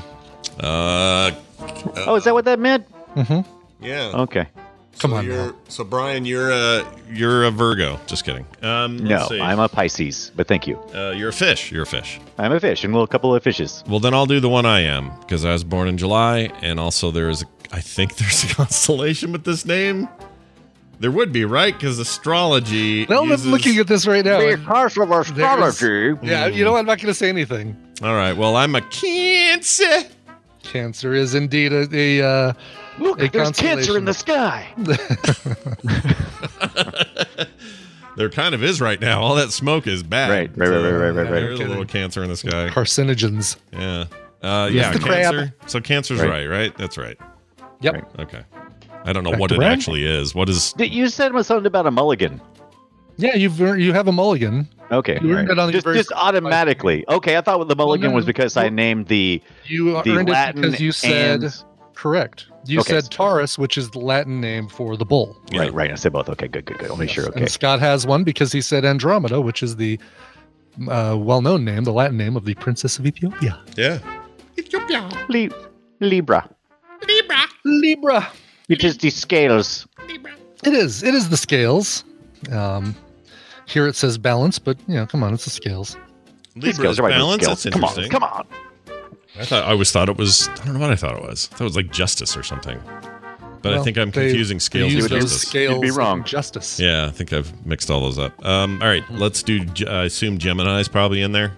Uh, oh, is that what that meant? yeah. Okay. Come so on, You're, so Brian, you're a you're a Virgo. Just kidding. Um, No, let's see. I'm a Pisces, but thank you. Uh, you're a fish. You're a fish. I'm a fish and well, a couple of fishes. Well, then I'll do the one I am because I was born in July, and also there is, a, I think [LAUGHS] there's a constellation with this name. There would be, right? Because astrology. Well, uses- I'm looking at this right now. and- of astrology- yeah, you know, what? I'm not going to say anything. All right. Well, I'm a Cancer. Cancer is indeed a, a uh, Look, A there's cancer cancer in in the the sky. There kind of is right now. All that smoke is bad. Right, right, right, right, right, right, Yeah, right. There's a little cancer in the sky. carcinogens. Yeah. Uh, yeah, the crab. cancer. So cancer's Right. right. right, That's right. Yep. Right. Okay. I don't know Back what to it Brian. actually is. What is You said something about a mulligan. Yeah, you've earned, you have a mulligan. Okay. You earned right. it on the Just, very just automatically. Okay, I thought the mulligan no, was no. because I named the You the earned Latin it because you said and- correct. You Okay. said Taurus, which is the Latin name for the bull. Yeah. Right, right. I said both. Okay, good, good, good. I'll make sure. Okay. And Scott has one because he said Andromeda, which is the uh, well-known name, the Latin name of the princess of Ethiopia. Yeah. Li- Libra, Libra. which is the scales. It is. It is the scales. Um, here it says balance, but you know, come on, it's the scales. The Libra scales is right, the balance. scales. That's Come interesting. on, come on. I thought I always thought it was I don't know what I thought it was. I thought it was like justice or something. But I Well, think I'm they- confusing scales they with use those justice. scales. You'd be wrong. in Justice. yeah, I think I've mixed all those up. Um, all right, let's do. G- I assume Gemini's probably in there.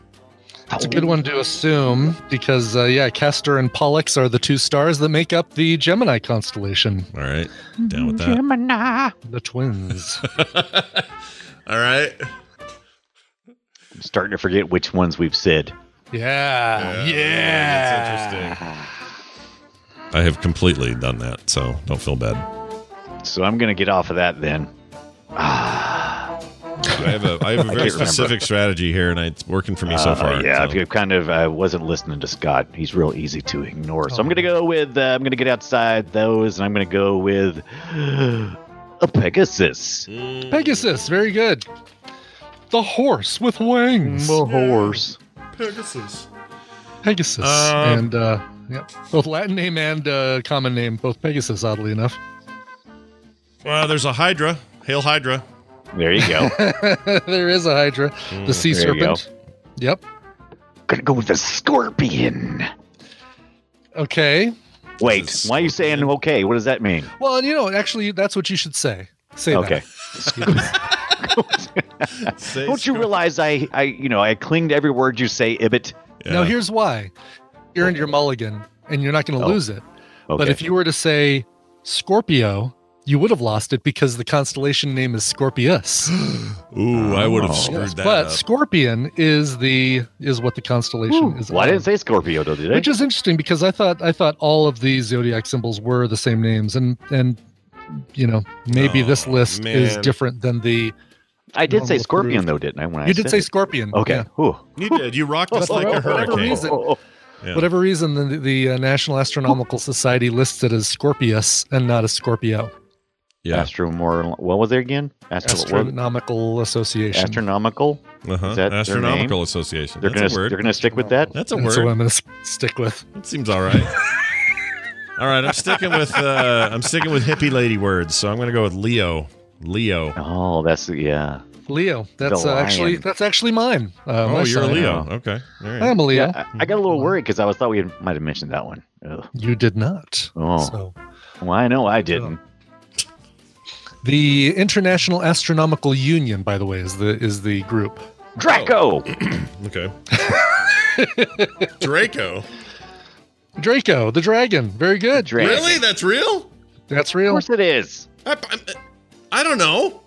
It's a good one to assume because uh, yeah, Castor and Pollux are the two stars that make up the Gemini constellation, All right, down with that. Gemini. the twins. [LAUGHS] [LAUGHS] All right, I'm starting to forget which ones we've said. yeah. yeah. That's interesting. I have completely done that, so don't feel bad. So I'm gonna get off of that then. I have [LAUGHS] a I have a very remember. specific strategy here, and it's working for me so Uh, far. yeah, so. I've kind of. I wasn't listening to Scott. He's real easy to ignore. So I'm gonna go with. Uh, I'm gonna get outside those, and I'm gonna go with a Pegasus. Pegasus, very good. The horse with wings. horse. Pegasus. Pegasus Um, and uh, yeah, both Latin name and uh, common name, both Pegasus, oddly enough. [LAUGHS] Well, there's a Hydra. Hail Hydra. There [LAUGHS] you go. I'm there is a Hydra, the sea Hmm, there you go. serpent. Yep. gonna go with the scorpion. Okay. Wait, This is why are you saying okay? What does that mean? Well, and you know, actually, that's what you should say. Say Okay. [LAUGHS] Say [LAUGHS] Don't you realize I, I, you know, I cling to every word you say, that. Ibbot. Now, Yeah. here's why. You're in your mulligan, and you're not going to Oh, lose it. Okay. But if you were to say Scorpio, you would have lost it because the constellation name is Scorpius. Ooh, I would have Oh. [GASPS] screwed that but up. Scorpion is the is what the constellation is. well, I of. didn't say Scorpio though, did I? Which is interesting because I thought I thought all of these zodiac symbols were the same names, and and you know maybe Oh, this list is man. different than the. I did say normal Scorpion groove. though, didn't I? When I You did said say it? Scorpion. Okay. yeah. Whew. You did. You rocked [LAUGHS] us Oh, like a oh, oh, whatever hurricane. reason. Oh, oh, Yeah. Whatever reason, the, the uh, National Astronomical Society lists it as Scorpius and not as Scorpio. oh. Yeah. Astro more. What was there again? Astro- what- Astronomical Association. astronomical. Uh-huh. Is that their Astronomical name? Association. They're That's a gonna word. they're gonna stick with that. That's a That's what word. I'm going to stick with. That seems all [LAUGHS] right. all right, I'm sticking with uh I'm sticking with hippie lady words, so I'm gonna go with Leo. Leo. Oh, that's yeah. Leo. That's The uh, actually lion. that's actually mine. Uh, my oh, you're a sign. Leo. Okay. All right. I am a Leo. Oh, Yeah, I, I got a little worried because I was thought we had, might have mentioned that one. Ugh. You did not. Oh. So Well, I know I didn't. The International Astronomical Union, by the way, is the is the group. Oh. Draco. okay. [LAUGHS] Draco. Draco, the dragon. Very good. Draco. Really? That's real? That's Of real. course it is. I, I, I don't know.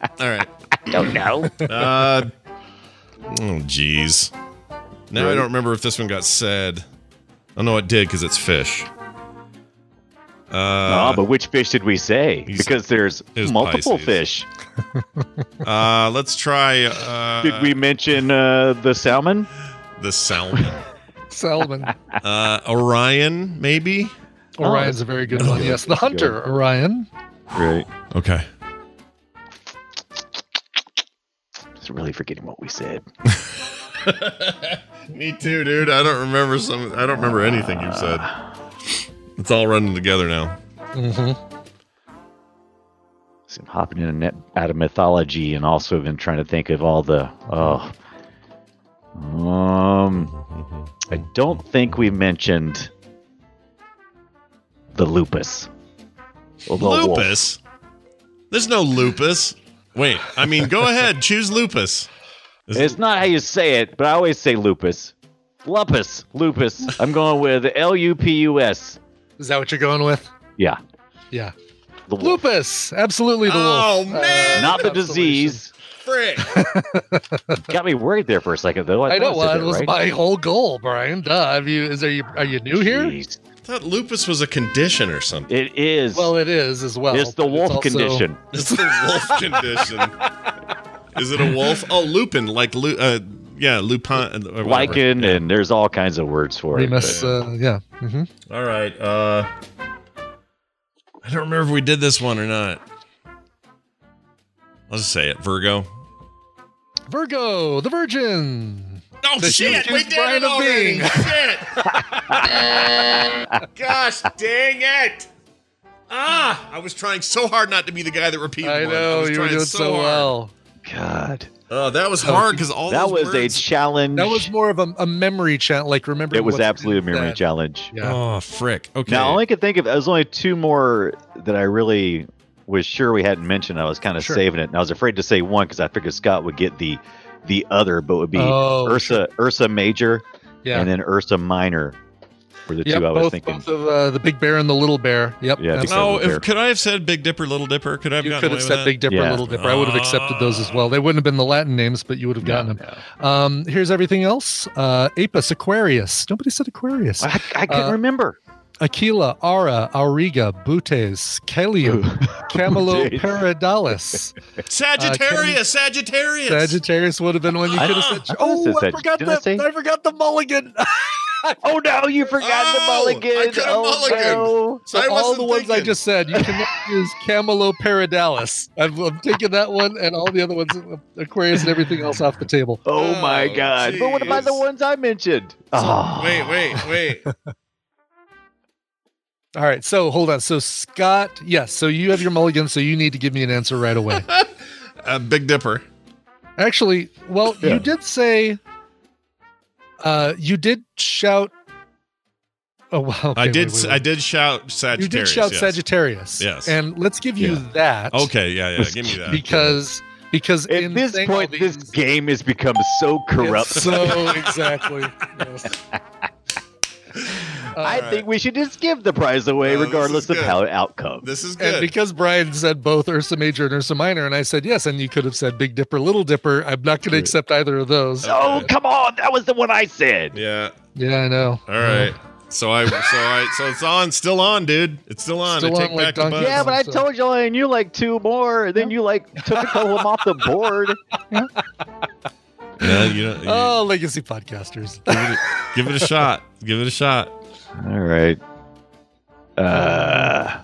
all right. Don't know. Uh, oh, jeez. Now I don't remember if this one got said. I know it did because it's fish. [LAUGHS] Ah, Uh, but which fish did we say? he's- Because there's there's multiple Pisces. fish. uh, let's try uh, Did we mention uh, the salmon? the salmon. [LAUGHS] Salmon. Oh, Uh, Orion, maybe? Orion's a very good one. Yes, the hunter Orion. Right. Okay. Just really forgetting what we said. Me too, dude. I don't remember some. I don't remember anything you said. It's all running together now. Mm-hmm. So I'm hopping in and net- out of mythology and also been trying to think of all the oh um I don't think we mentioned the lupus. Or the wolf. Lupus. There's no lupus. Wait. I mean, go ahead. Choose lupus. It's not how you say it, but I always say lupus. Lupus, lupus. I'm going with L U P U S. Is that what you're going with? Yeah, Yeah. the wolf. Lupus. Absolutely the Oh, wolf. man. Not the constellation. disease. Frick. Got me worried there for a second, though. I know. thought Well, said that was right. my whole goal, Brian. Duh. Have you? Is are you? Are you new here? Jeez. I thought lupus was a condition or something. It is. Well, it is as well. it's the but wolf also- condition. [LAUGHS] It's the wolf condition. Is it a wolf? Oh, lupin, like lu- uh, yeah, lupin. or whatever. lichen, and there's all kinds of words for We it. must. Uh, yeah. hmm All right. Uh, I don't remember if we did this one or not. I'll just say it, Virgo. Virgo, the Virgin. Oh The shit, we huge did brain it of already, being. Shit! Gosh, dang it! Ah, I was trying so hard not to be the guy that repeated. I know you were doing so, well. God, Oh, that was hard because all that those was a words- challenge. That was more of a, a memory challenge, like remember. it was what you absolutely a did memory then. challenge. Yeah. Oh, frick. Okay. Now, all I could think of, there's only two more that I really was sure we hadn't mentioned. I was kind of Sure. saving it, and I was afraid to say one because I figured Scott would get the the other, but it would be Oh, Ursa Ursa Major Yeah. and then Ursa Minor were the Yep, two I was both, thinking. both of uh, the Big Bear and the Little Bear. Yep. Yeah, absolutely. No, Fair. if, could I have said Big Dipper, Little Dipper? Could I have you gotten could away have with said that? Big Dipper, Yeah. Little Dipper. I would have accepted those as well. They wouldn't have been the Latin names, but you would have gotten them. Um, here's everything else: uh, Apis, Aquarius. Nobody said Aquarius. I, I couldn't Uh, remember. Aquila, Ara, Auriga, Butes, Calium, Camelo, Butes. Paradalis. Sagittarius, Sagittarius. Sagittarius would have been one you could have said. I said Oh, I Sag- forgot didn't I the say- I forgot the mulligan. [LAUGHS] Oh no, you forgot Oh, I the mulligan. could've oh, no. mulliganed. So I [LAUGHS] all wasn't the ones I thinking. just said, you cannot [LAUGHS] use Camelo Paradalis. I'm, I'm taking that one and all the other ones, uh, Aquarius and everything else, off the table. Oh, my Oh, god. But what about the jeez. ones I mentioned? Oh. Wait, wait, wait. All right, so hold on. So Scott, yes, so you have your mulligan, so you need to give me an answer [LAUGHS] right away. Uh, Big Dipper. Actually, well, you did say, uh, you did shout. Oh [LAUGHS] wow! I okay, did. wait, wait, I wait. did shout You Sagittarius. did shout yes. Sagittarius. Yes. and let's give you that. Okay, yeah, yeah. Give me that. because because At in this saying all point, this these- game has become so corrupt. [LAUGHS] It's [LAUGHS] So exactly. [LAUGHS] yes. Uh, I Alright. think we should just give the prize away, No, this is regardless of good. how it outcomes. This is And good. because Brian said both Ursa Major and Ursa Minor, and I said yes, and you could have said Big Dipper, Little Dipper. I'm not going to accept either of those. Oh come on, that was the one I said. yeah. Yeah, I know. All right. So I. So I. So it's on. Still on, dude. It's still on. Still I on take like back the Donkey buzz. Yeah, but I So- told you I knew like two more, and then you like took a couple of them off the board. Yeah, you know. you- Oh, legacy podcasters. give, it a, give it a shot. Give it a shot. All right. Uh.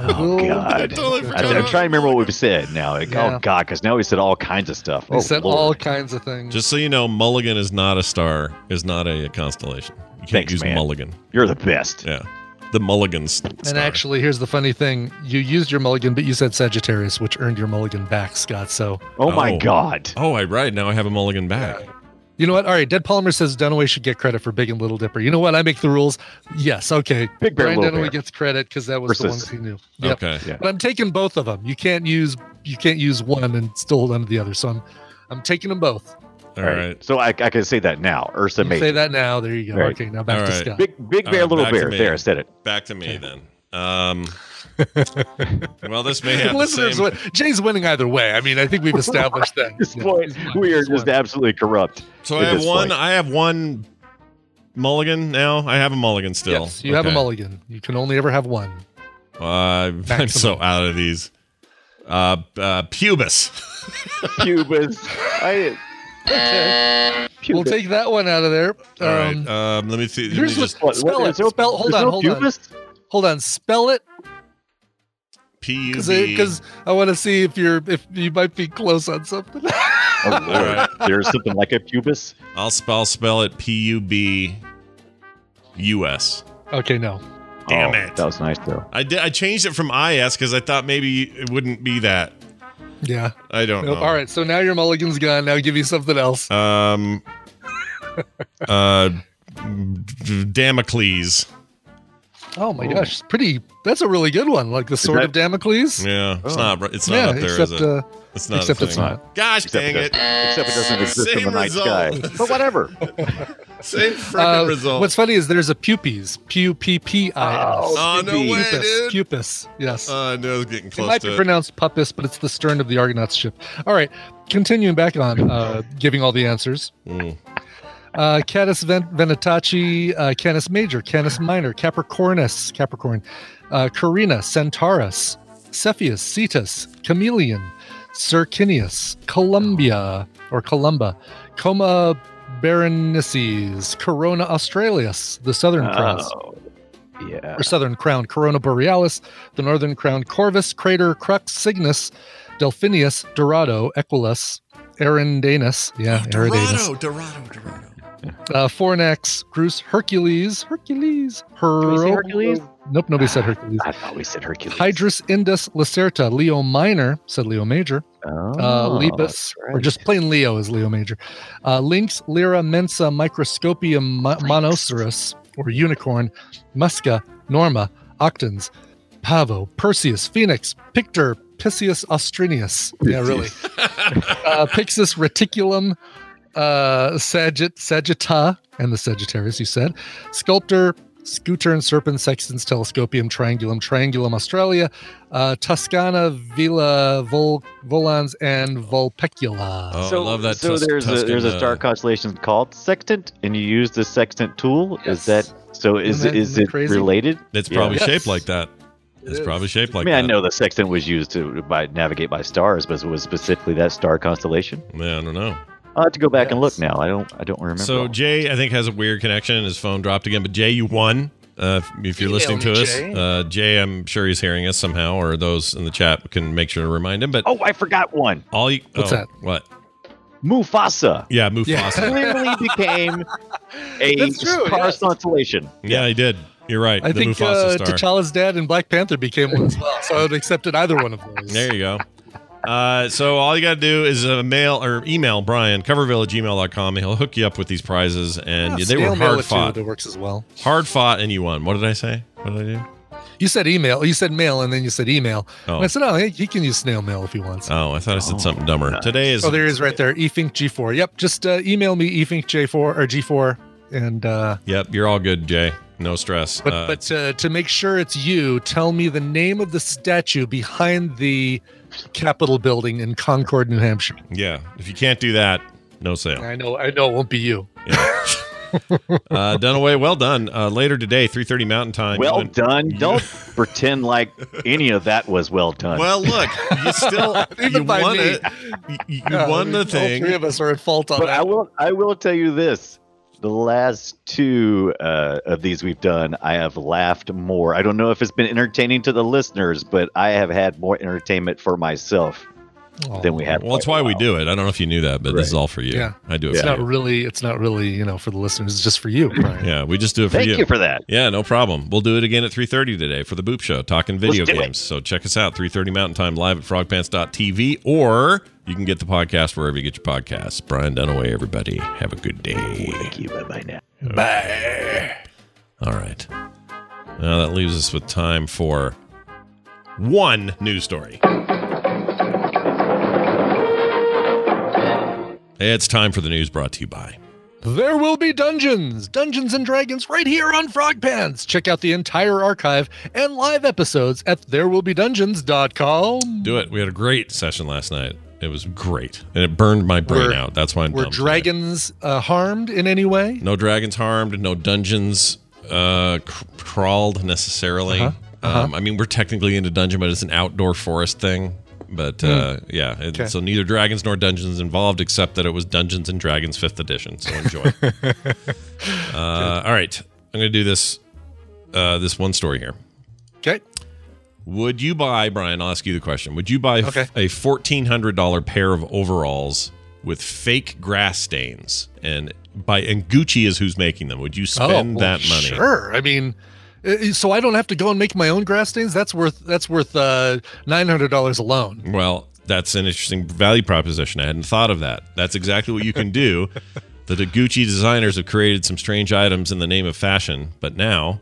Oh Little- I God! totally I, forgot. am trying to remember what we've said now. Like, Yeah. Oh God! Because now we said all kinds of stuff. They oh, said Lord. all kinds of things. Just so you know, Mulligan is not a star. Is not a, constellation. You can't Thanks, use man. Mulligan. You're the best. Yeah. The Mulligan's. and actually, here's the funny thing: you used your mulligan, but you said Sagittarius, which earned your mulligan back, Scott. So Oh, my Oh. God! Oh, I right now I have a mulligan back. you know what? All right, Dead Palmer says Dunaway should get credit for Big and Little Dipper. You know what? I make the rules. Yes, okay. Big Bear, Brian Little Dunaway Bear. gets credit because that was the ones Versus- he knew. Yep. Okay. Yeah. But I'm taking both of them. You can't use you can't use one and still hold on to the other. So I'm I'm taking them both. All right. So I, I can say that now. Ursa You say Major. that now. There you go. Right. Okay, now back All to right. Scott. Big Big All Bear right, Little back to Bear. me. There, I said it. Back to me then. [LAUGHS] Um, well, this may have the Listeners, same. win- Jay's winning either way. I mean, I [LAUGHS] think we've established that. this point, we are just [LAUGHS] absolutely corrupt. So at I have this one. point. I have one mulligan now. I have a mulligan still. Yes, you have a Okay. mulligan. You can only ever have one. Uh, I'm [LAUGHS] Maximum. so out of these. Uh, uh, pubis. Cubas. I, okay. We'll Cubas. take that one out of there. All right. Um, Um, let me see. Let me here's just what, spell it. there's no- spell. Hold on. there's no hold on. [LAUGHS] Cubas? Hold on. Spell it pub. because I want to see if you're if you might be close on something. [LAUGHS] Oh, Lord. right. There's something like a pubis. I'll spell spell it P U B U S. okay, no. Damn Oh, it. That was nice, though. I did. I changed it from I S because I thought maybe it wouldn't be that. Yeah. I don't Nope. know. All right. So now your mulligan's gone. Now give you something else. [LAUGHS] Um. uh, d- Damocles. Oh my gosh, pretty. That's a really good one. Like the sword that- of Damocles. Yeah, it's Oh. not. It's not up there, is except it? uh, It's not. except a thing. it's not. Gosh Except dang it! doesn't- Except it doesn't exist in Same the night sky. result. [LAUGHS] But whatever. Same freaking uh, result. what's funny is there's a pupis, p u p p i s, oh no Pubis. way, pupus, dude! pupus. Yes, Uh, no, I was getting it close might to be it. pronounced pupus, but it's the stern of the Argonauts ship. All right, continuing back on uh, giving all the answers. Mm. Uh, Canis Ven- Venetaci, uh, Canis Major, Canis Minor, Capricornus, Capricorn, uh, Carina, Centaurus, Cepheus, Cetus, Chameleon, Circinius, Columbia or Columba, Coma Berenices, Corona Australis, the Southern Cross Oh, yeah. or Southern Crown, Corona Borealis, the Northern Crown, Corvus, Crater, Crux, Cygnus, Delphinius, Dorado, Equus, Eridanus, [GASPS] yeah, Eridanus, Dorado, Dorado, Dorado. uh, Fornax, Grus, Hercules, Hercules, we say Hero. Hercules? Ah. Nope, nobody said Hercules. I thought we said Hercules. Hydrus, Indus, Lacerta, Leo Minor, said Leo Major, Oh, uh, Lepus, that's or right. just plain Leo is Leo Major, uh, Lynx, Lyra, Mensa, Microscopium, Mo- Monoceros, or Unicorn, Musca, Norma, Octans, Pavo, Perseus, Phoenix, Pictor, Piscius, Austrinius. Yeah, really. uh, Pixis, Reticulum, uh, Sagitt, Sagitta, and the Sagittarius, you said, Sculptor, Scooter and Serpent, Sextans, Telescopium, Triangulum, Triangulum, Australia, uh, Tuscana, Villa, Vol- Volans, and Vulpecula. Oh, so, I love that. So Tus- there's a there's a Tuscan, star uh, constellation called sextant, and you use the sextant tool. Is Yes. that so? Is Isn't that- is isn't that it crazy? related? It's Yeah. probably Yes. shaped like that. It It's is. probably shaped like I mean, that. I know the sextant was used to by navigate by stars, but was specifically that star constellation. Yeah, I don't know. I'll have to go back and look Yes. now. I don't I don't remember. So all. Jay, I think has a weird connection, and his phone dropped again. But Jay, you won. Uh, if- if you're Email listening to me, us, Jay. Uh, Jay, I'm sure he's hearing us somehow, or those in the chat can make sure to remind him. But oh, I forgot one. all you, What's oh, that? What? Mufasa Yeah, Mufasa. Yeah. [LAUGHS] clearly became a That's true, star yes. constellation. Yeah, he did. You're right. I the think Mufasa uh, star. T'Challa's dad and Black Panther became one as well, so I would accepted either one of those. There you go. Uh, so all you got to do is uh, mail or email Brian coverville@gmail.com. He'll hook you up with these prizes, and they Yeah, snail were mail hard it too, fought, That works as well. hard fought, and you won. What did I say? What did I do? You said email. You said mail, and then you said email. And I Oh, said, oh, he, he can use snail mail if he wants. oh, I thought I said Oh, something dumber. nice. Today is oh, there he is right there. Efink G4. Yep. Just uh, email me efink J4 or G4, and uh, Yep, you're all good, Jay. No stress. But Uh, but uh, to make sure it's you, tell me the name of the statue behind the Capitol building in Concord, New Hampshire. yeah, if you can't do that, no sale. I know I know it won't be you. Uh, Dunaway, well done. Uh, later today, 3:30 Mountain Time. you Well and- done. [LAUGHS] Don't pretend like any of that was well done. Well, look, you [LAUGHS] still Even you by won me. it. You, you Yeah, I won mean, the All three thing. of us are at fault on but I that. will I will tell you this. The last two uh, of these we've done, I have laughed more. I don't know if it's been entertaining to the listeners, but I have had more entertainment for myself Oh. than we had. Well, that's why we do it. I don't know if you knew that, but this is all for you. Yeah. I do it It's for not you. really. It's not really. You know, for the listeners, it's just for you. Brian. Yeah, we just do it for Thank you. you for that. yeah, no problem. We'll do it again at 3:30 today for the Boop Show, talking video do it. games. So check us out 3:30 Mountain Time live at frogpants.tv or you can get the podcast wherever you get your podcasts. Brian Dunaway everybody. Have a good day. Thank you. Bye bye now. All right. Now that leaves us with time for one news story. It's time for the news brought to you by There will be dungeons, Dungeons and Dragons, right here on Frog Pants. Check out the entire archive and live episodes at therewillbedungeons.com. Do it. We had a great session last night. It was great, and it burned my brain We're- out. That's why I'm Were dumb today. dragons uh, harmed in any way? No dragons harmed. No dungeons uh, cr- crawled necessarily. Uh-huh. Um, I mean, we're technically into dungeon, but it's an outdoor forest thing. But uh, yeah, it, Hmm. Okay. so neither dragons nor dungeons involved, except that it was Dungeons and Dragons Fifth Edition. So enjoy. [LAUGHS] uh, all right, I'm going to do this uh, this one story here. Okay. Would you buy, Brian? I'll ask you the question. Would you buy f- Okay. a fourteen hundred dollar pair of overalls with fake grass stains? And by and Gucci is who's making them. Would you spend Oh, well, that money? Sure. I mean, uh, so I don't have to go and make my own grass stains. That's worth that's worth uh, nine hundred dollars alone. Well, that's an interesting value proposition. I hadn't thought of that. That's exactly what you can [LAUGHS] do. the the Gucci designers have created some strange items in the name of fashion, but now.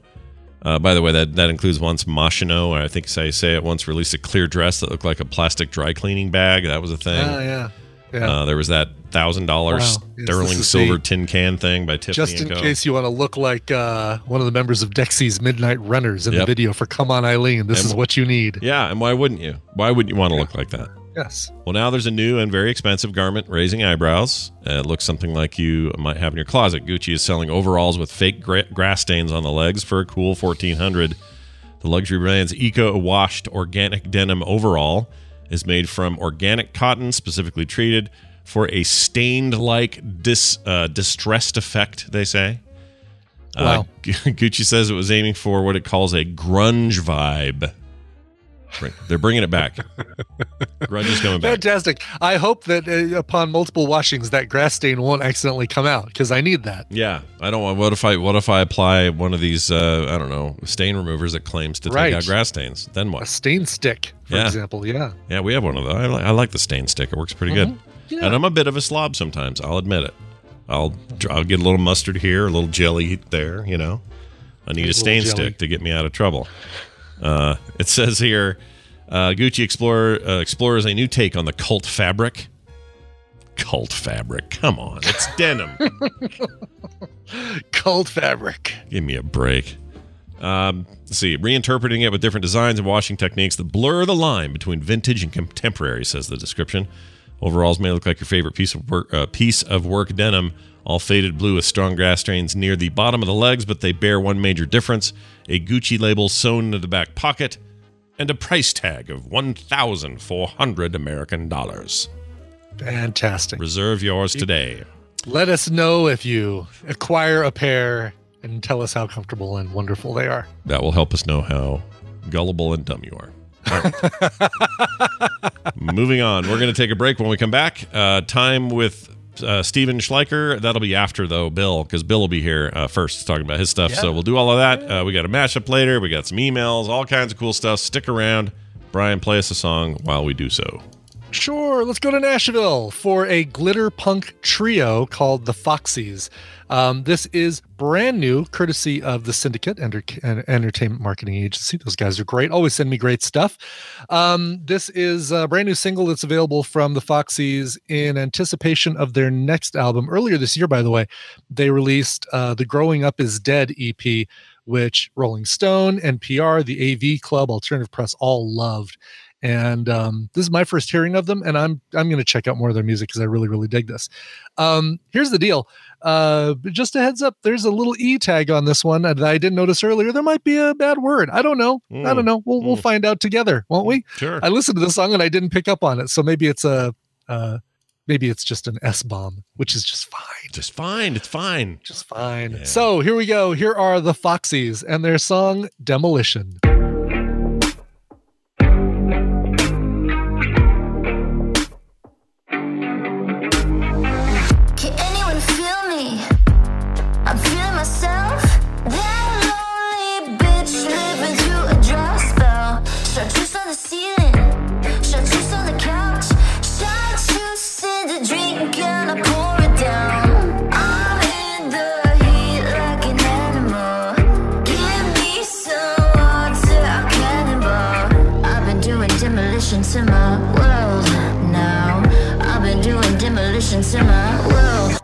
Uh, by the way, that, that includes once Machino, or I think is how you say it, once released a clear dress that looked like a plastic dry cleaning bag. That was a thing. Ah, yeah, yeah. Uh, there was that thousand dollar Yes, sterling this is silver the- tin can thing by Tiffany Just and in Co. case you want to look like uh, one of the members of Dexy's Midnight Runners in Yep. the video for "Come On, Eileen," this And- is what you need. yeah, and why wouldn't you? Why wouldn't you want to look like that? Yes. Well, now there's a new and very expensive garment raising eyebrows. Uh, it looks something like you might have in your closet. Gucci is selling overalls with fake gra- grass stains on the legs for a cool fourteen hundred. The luxury brand's eco-washed organic denim overall is made from organic cotton, specifically treated for a stained-like dis, uh, distressed effect. They say. Wow. Gu- [LAUGHS] Gucci says it was aiming for what it calls a grunge vibe. Bring- They're bringing it back. grunge is coming back. Fantastic. I hope that uh, upon multiple washings, that grass stain won't accidentally come out because I need that. Yeah, I don't want. What if I what if I apply one of these? Uh, I don't know stain removers that claims to Right. take out grass stains. Then A what? stain stick, for Yeah. example. Yeah. Yeah, we have one of those. I like, I like the stain stick. It works pretty good. Yeah. And I'm a bit of a slob sometimes. I'll admit it. I'll I'll get a little mustard here, a little jelly there. You know, I need a, little stain jelly. stick to get me out of trouble. Uh, it says here, uh, Gucci Explorer uh, explores a new take on the cult fabric. Cult fabric. Come on, it's denim. Cold fabric. Give me a break. Um, let's see, reinterpreting it with different designs and washing techniques that blur the line between vintage and contemporary, says the description. Overalls may look like your favorite piece of work, uh, piece of work denim, all faded blue with strong grass stains near the bottom of the legs, but they bear one major difference: a Gucci label sewn into the back pocket, and a price tag of one thousand four hundred American dollars. Fantastic. Reserve yours today. Let us know if you acquire a pair and tell us how comfortable and wonderful they are. That will help us know how gullible and dumb you are. All right. Moving on. We're going to take a break when we come back. Uh, time with uh, Steven Schleicher. That'll be after, though, Bill, because Bill will be here uh, first talking about his stuff. So we'll do all of that. Uh, we got a mashup later. We got some emails, all kinds of cool stuff. Stick around. Brian, play us a song while we do so. Sure, let's go to Nashville for a glitter punk trio called the Foxies. Um, this is brand new, courtesy of the Syndicate Enter- en- Entertainment Marketing Agency. Those guys are great, always send me great stuff. Um, this is a brand new single that's available from the Foxies in anticipation of their next album. Earlier this year, by the way, they released uh, the Growing Up Is Dead EP, which Rolling Stone, NPR, the AV Club, Alternative Press all loved and um, this is my first hearing of them and i'm i'm going to check out more of their music because i really really dig this um, here's the deal uh, but just a heads up there's a little e tag on this one that i didn't notice earlier there might be a bad word i don't know i don't know we'll, we'll Mm. find out together won't we Sure. i listened to the song and i didn't pick up on it so maybe it's a uh, maybe it's just an s-bomb which is just fine Just fine. It's fine. just fine Yeah. so here we go here are the foxies and their song demolition Can anyone feel me? I'm feeling myself. That lonely bitch living through a dry spell. Chartreuse on the ceiling, chartreuse on the couch. Chartreuse in the drink and I pour it down. I'm in the heat like an animal. Give me some water, a cannonball. I've been doing demolition to my world now. I've been doing demolition to my world.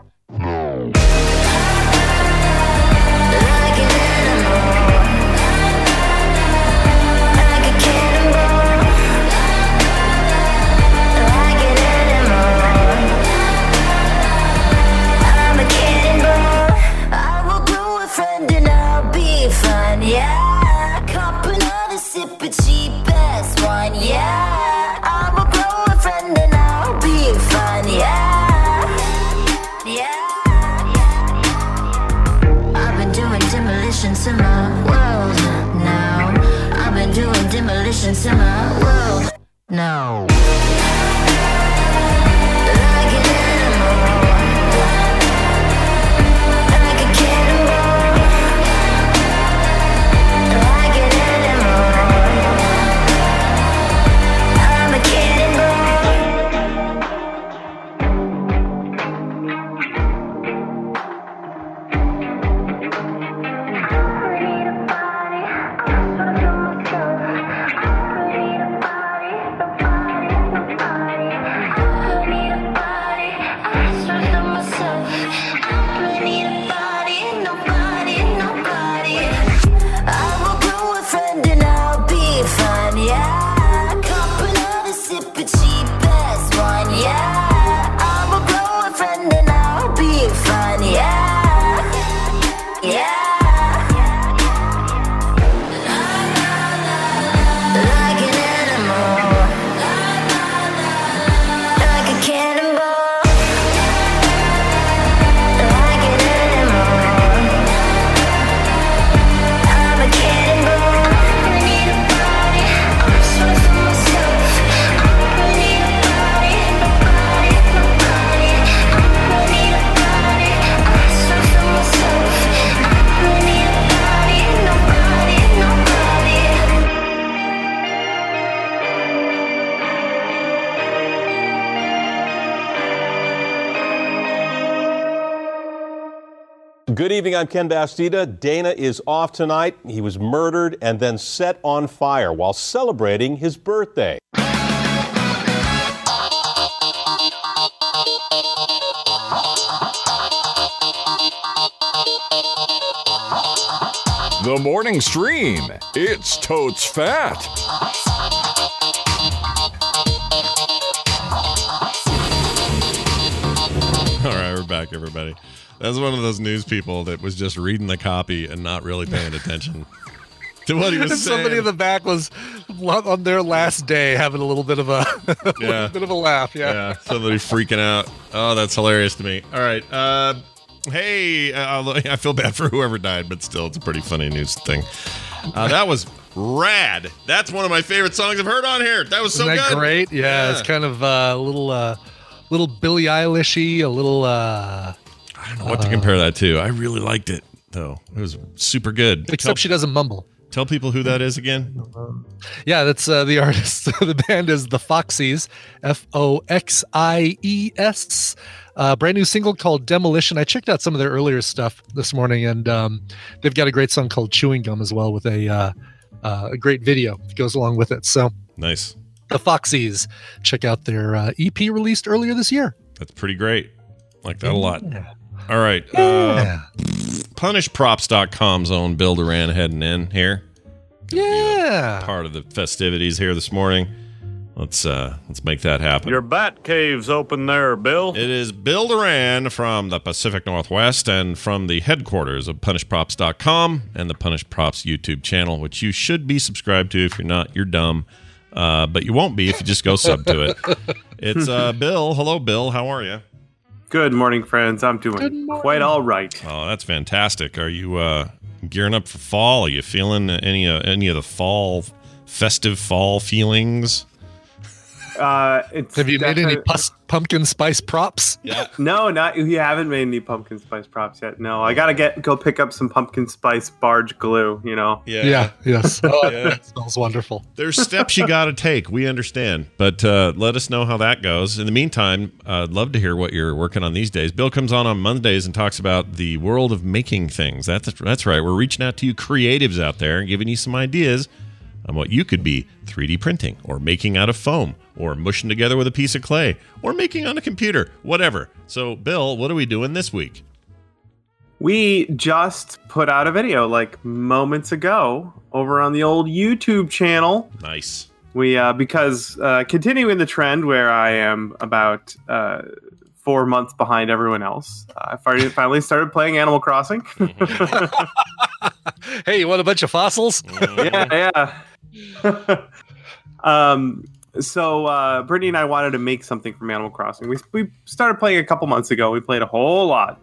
world now. I've been doing demolition to my world now. Like an animal. Like a cannibal. Like an animal. I'm a cannibal. Yeah. Yeah. Like an animal, like a cannibal, like an animal. I'm a cannibal. I need a body, I'm sorry for myself. I need a body, nobody, nobody. I need a body, I'm sorry for myself. I need a body, nobody, nobody. Good evening. I'm Ken Bastida. Dana is off tonight. He was murdered and then set on fire while celebrating his birthday. The morning stream. It's totes fat. [LAUGHS] All right, we're back, everybody. That's one of those news people that was just reading the copy and not really paying attention to what he was If saying. [LAUGHS] somebody in the back was on their last day having a little bit of a, [LAUGHS] a Yeah. little bit of a laugh. Yeah. yeah, somebody freaking out. Oh, that's hilarious to me. All right. Uh, hey, uh, although I feel bad for whoever died, but still, it's a pretty funny news thing. Uh, that was rad. That's one of my favorite songs I've heard on here. That was so Isn't that good. great? Yeah, it's kind of uh, a little, uh, little Billie Eilishy, a little. Uh, I don't know what to compare that to. I really liked it though. It was super good. except she tell, doesn't mumble. tell people who that is again. Yeah, that's uh, the [LAUGHS] artist. the band is the Foxies, F O X I E S. Uh, brand new single called Demolition. I checked out some of their earlier stuff this morning, and um, they've got a great song called Chewing Gum as well, with a uh, uh, a great video that goes along with it. So Nice. the Foxies, check out their uh, EP released earlier this year. That's pretty great. Like that a lot. All right. Uh, yeah. punishprops.com's own Bill Duran heading in here. yeah. Part of the festivities here this morning. Let's uh let's make that happen. bat cave's open there, Bill. It is Bill Duran from the Pacific Northwest and from the headquarters of punishprops.com and the Punish Props YouTube channel, which you should be subscribed to. If you're not, you're dumb. Uh, but you won't be if you just go sub to it. It's uh, Bill. Hello, Bill. How are you? Good morning, friends. I'm Good doing morning. quite all right. Oh, that's fantastic. Are you uh, gearing up for fall? Are you feeling any uh, any of the fall festive fall feelings? Uh, it's Have you made any definite- pus- pumpkin spice props? No, not you haven't made any pumpkin spice props yet. No, I gotta get go pick up some pumpkin spice barge glue. You know. Yeah. Yeah. yes. Oh, Yeah. that smells wonderful. There's steps you got to take. We understand, but uh, let us know how that goes. In the meantime, uh, I'd love to hear what you're working on these days. Bill comes on on Mondays and talks about the world of making things. That's that's right. We're reaching out to you creatives out there and giving you some ideas on what you could be 3D printing or making out of foam or mushing together with a piece of clay or making on a computer, whatever. So, Bill, what are we doing this week? We just put out a video like moments ago over on the old YouTube channel. Nice. We uh, because uh, continuing the trend where I am about uh, four months behind everyone else. I finally- finally started playing Animal Crossing. Hey, you want a bunch of fossils? yeah, yeah. um, so uh, Brittany and I wanted to make something from Animal Crossing. We, we started playing a couple months ago. We played a whole lot,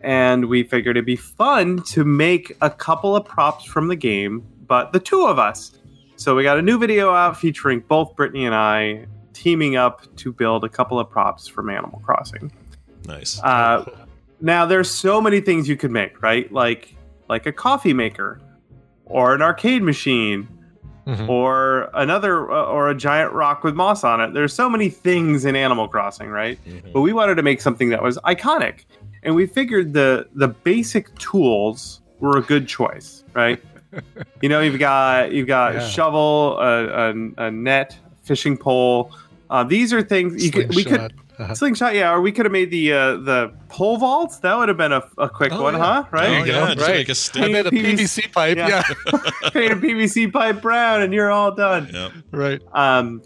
and we figured it'd be fun to make a couple of props from the game, but the two of us. So we got a new video out featuring both Brittany and I teaming up to build a couple of props from Animal Crossing. Nice. Uh, now there's so many things you could make, right? Like like a coffee maker, or an arcade machine, or another uh, or a giant rock with moss on it. There's so many things in Animal Crossing, right? But we wanted to make something that was iconic, and we figured the the basic tools were a good choice, right? you know, you've got you've got Yeah. a shovel, a, a, a net, fishing pole. Uh, these are things you could we could Uh-huh. slingshot, yeah. Or we could have made the uh, the pole vaults. That would have been a, a quick one, huh? Right? Oh, There you go. Just right. make a stick. I made a PVC pipe. Yeah. [LAUGHS] Paint a PVC pipe brown, and you're all done. right. Um,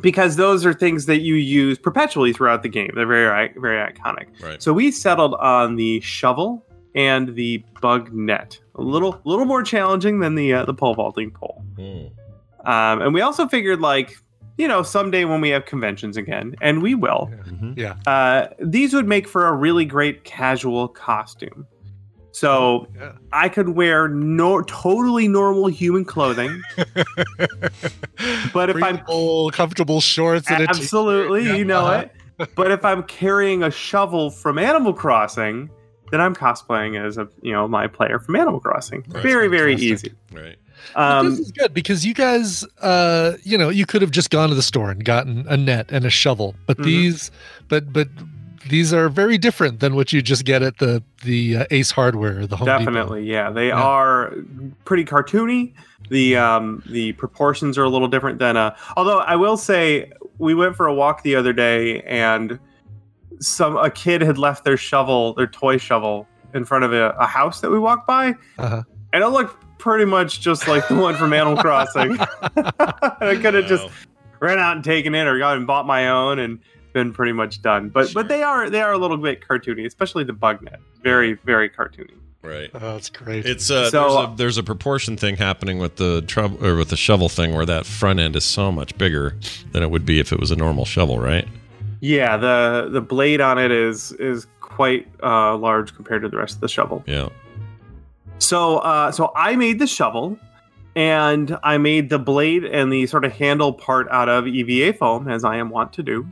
because those are things that you use perpetually throughout the game. They're very i- very iconic. Right. So we settled on the shovel and the bug net. A little little more challenging than the uh, the pole vaulting pole. Hmm. Um, and we also figured like you know someday when we have conventions again, and we will. Yeah. Uh, these would make for a really great casual costume. So I could wear no totally normal human clothing, but if I'm Breathable, comfortable shorts and a t-shirt. absolutely, Yeah, you know uh-huh. it. But if I'm carrying a shovel from Animal Crossing, then I'm cosplaying as a you know my player from Animal Crossing. very very easy. Right. But Um, this is good because you guys, uh, you know, you could have just gone to the store and gotten a net and a shovel, but Mhm. these, but but these are very different than what you just get at the the uh, Ace Hardware, or the Home Depot. Definitely, yeah. They Yeah. are pretty cartoony. The um the proportions are a little different than uh although I will say we went for a walk the other day and some a kid had left their shovel, their toy shovel in front of a, a house that we walked by Uh-huh. and it looked pretty much just like the one [LAUGHS] from Animal Crossing. Oh, I could have just ran out and taken it or gone and bought my own and been pretty much done. But but they are they are a little bit cartoony, especially the bug net. Very, very cartoony. Right. Oh, that's great. It's uh, So- there's, a, there's a proportion thing happening with the trouble or with the shovel thing where that front end is so much bigger than it would be if it was a normal shovel, right? Yeah, the the blade on it is is quite uh, large compared to the rest of the shovel. Yeah. So uh, so I made the shovel, and I made the blade and the sort of handle part out of EVA foam, as I am wont to do.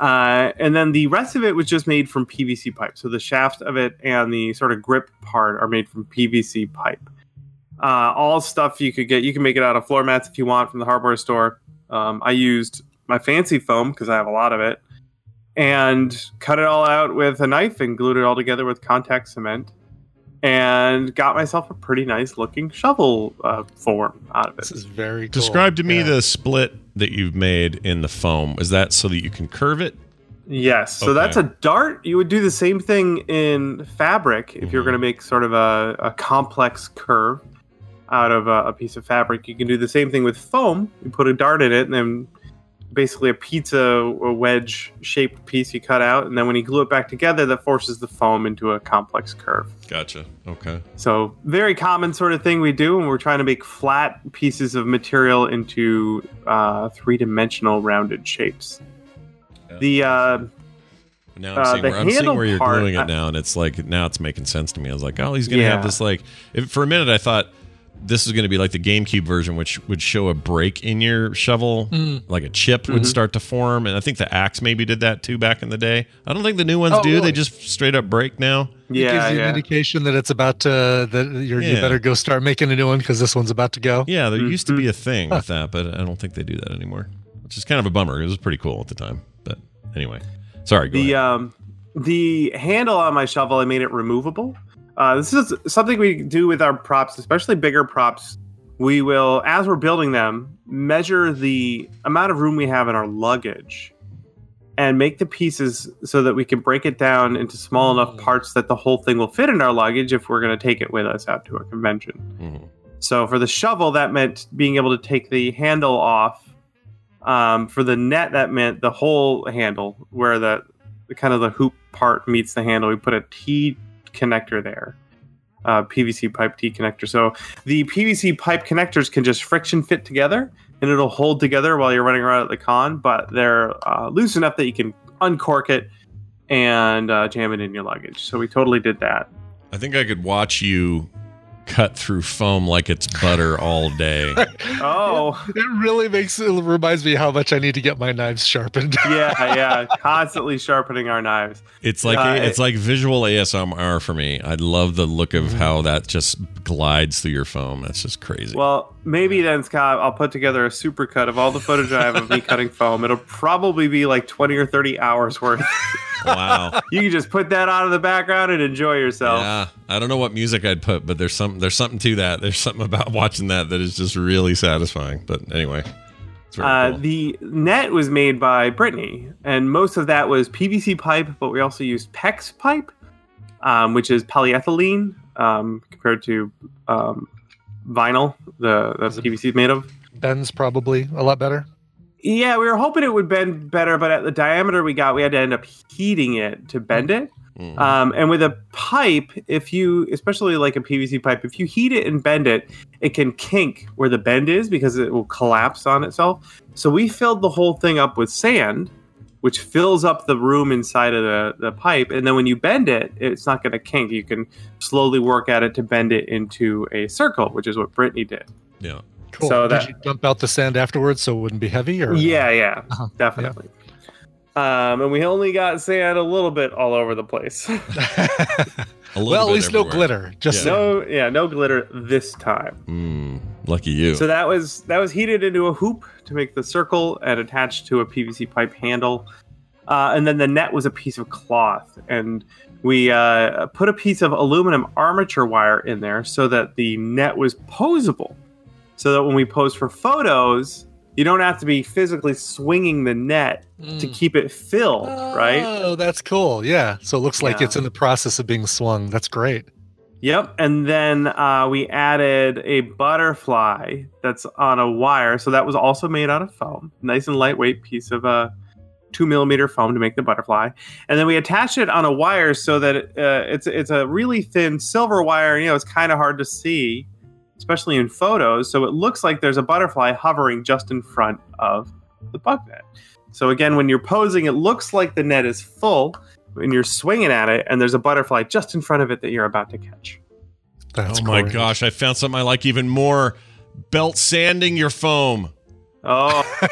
Uh, and then the rest of it was just made from PVC pipe. So the shaft of it and the sort of grip part are made from PVC pipe. Uh, all stuff you could get. You can make it out of floor mats if you want from the hardware store. Um, I used my fancy foam because I have a lot of it and cut it all out with a knife and glued it all together with contact cement and got myself a pretty nice looking shovel uh, form out of it. This is very Describe to me the split that you've made in the foam. Is that so that you can curve it? Yes. So Okay. that's a dart. You would do the same thing in fabric if you're going to make sort of a, a complex curve out of a, a piece of fabric. You can do the same thing with foam. You put a dart in it, and then basically a pizza or wedge shaped piece you cut out. And then when you glue it back together, that forces the foam into a complex curve. Gotcha. Okay. So, very common sort of thing we do when we're trying to make flat pieces of material into uh, three dimensional rounded shapes. The uh, Now I'm, uh, seeing, the where, I'm seeing handle where you're part, gluing it I- now, and it's like now it's making sense to me. I was like, oh, he's gonna Yeah. have this like. If, for a minute, I thought this is gonna be like the GameCube version, which would show a break in your shovel, Mm. like a chip would Mhm. start to form, and I think the axe maybe did that too back in the day. I don't think the new ones Oh, do. really? They just straight up break now. it gives you an indication that it's about to that you're, you Yeah. better go start making a new one because this one's about to go. Yeah, there used Mm-hmm. to be a thing with that, but I don't think they do that anymore, which is kind of a bummer. It was pretty cool at the time, but anyway, sorry. Go the um, the handle on my shovel, I made it removable. Uh, this is something we do with our props, especially bigger props. We will, as we're building them, measure the amount of room we have in our luggage and make the pieces so that we can break it down into small enough parts that the whole thing will fit in our luggage if we're going to take it with us out to a convention. So for the shovel, that meant being able to take the handle off. Um, for the net, that meant the whole handle, where the, the kind of the hoop part meets the handle. We put a T connector there, uh, PVC pipe T connector. So the PVC pipe connectors can just friction fit together, and it'll hold together while you're running around at the con. But they're uh, loose enough that you can uncork it, and uh, jam it in your luggage. So we totally did that. I think I could watch you cut through foam like it's butter all [LAUGHS] day. [LAUGHS] Oh, it really makes it reminds me how much I need to get my knives sharpened. [LAUGHS] Yeah, yeah, constantly sharpening our knives. It's like Uh, it's like visual ASMR for me. I love the look of how that just glides through your foam. That's just crazy. Well, maybe then, Scott, I'll put together a supercut of all the photo drive of me cutting foam. It'll probably be like 20 or 30 hours worth. [LAUGHS] Wow. You can just put that out of the background and enjoy yourself. Yeah, I don't know what music I'd put, but there's some there's something to that. There's something about watching that that is just really satisfying. But anyway, it's very Uh, cool. The net was made by Brittany, and most of that was PVC pipe, but we also used PEX pipe, um, which is polyethylene um, compared to um, vinyl, the that's PVC is made of. Ben's probably a lot better. Yeah, we were hoping it would bend better, but at the diameter we got, we had to end up heating it to bend it. Mm. Mm-hmm. Um, and with a pipe, if you, especially like a PVC pipe, if you heat it and bend it, it can kink where the bend is because it will collapse on itself. So we filled the whole thing up with sand, which fills up the room inside of the, the pipe. And then when you bend it, it's not going to kink. You can slowly work at it to bend it into a circle, which is what Brittany did. Yeah. Cool. So Did that- you dump out the sand afterwards so it wouldn't be heavy? Or Yeah, yeah, definitely. Um, and we only got sand a little bit all over the place. A little [LAUGHS] well, at bit least no everywhere. glitter. Just Yeah. no, yeah, no glitter this time. Mm, lucky you. So that was that was heated into a hoop to make the circle and attached to a PVC pipe handle. Uh, and then the net was a piece of cloth, and we uh, put a piece of aluminum armature wire in there so that the net was posable. So that when we pose for photos, you don't have to be physically swinging the net to keep it filled, right? Oh, that's cool. Yeah. So it looks like Yeah. it's in the process of being swung. That's great. Yep. And then uh, we added a butterfly that's on a wire. So that was also made out of foam. Nice and lightweight piece of uh, two millimeter foam to make the butterfly. And then we attached it on a wire so that uh, it's, it's a really thin silver wire. You know, it's kind of hard to see, especially in photos. So it looks like there's a butterfly hovering just in front of the bug net. So again, when you're posing, it looks like the net is full. And you're swinging at it, and there's a butterfly just in front of it that you're about to catch. That's oh my great. gosh, I found something I like even more. Belt sanding your foam. Oh,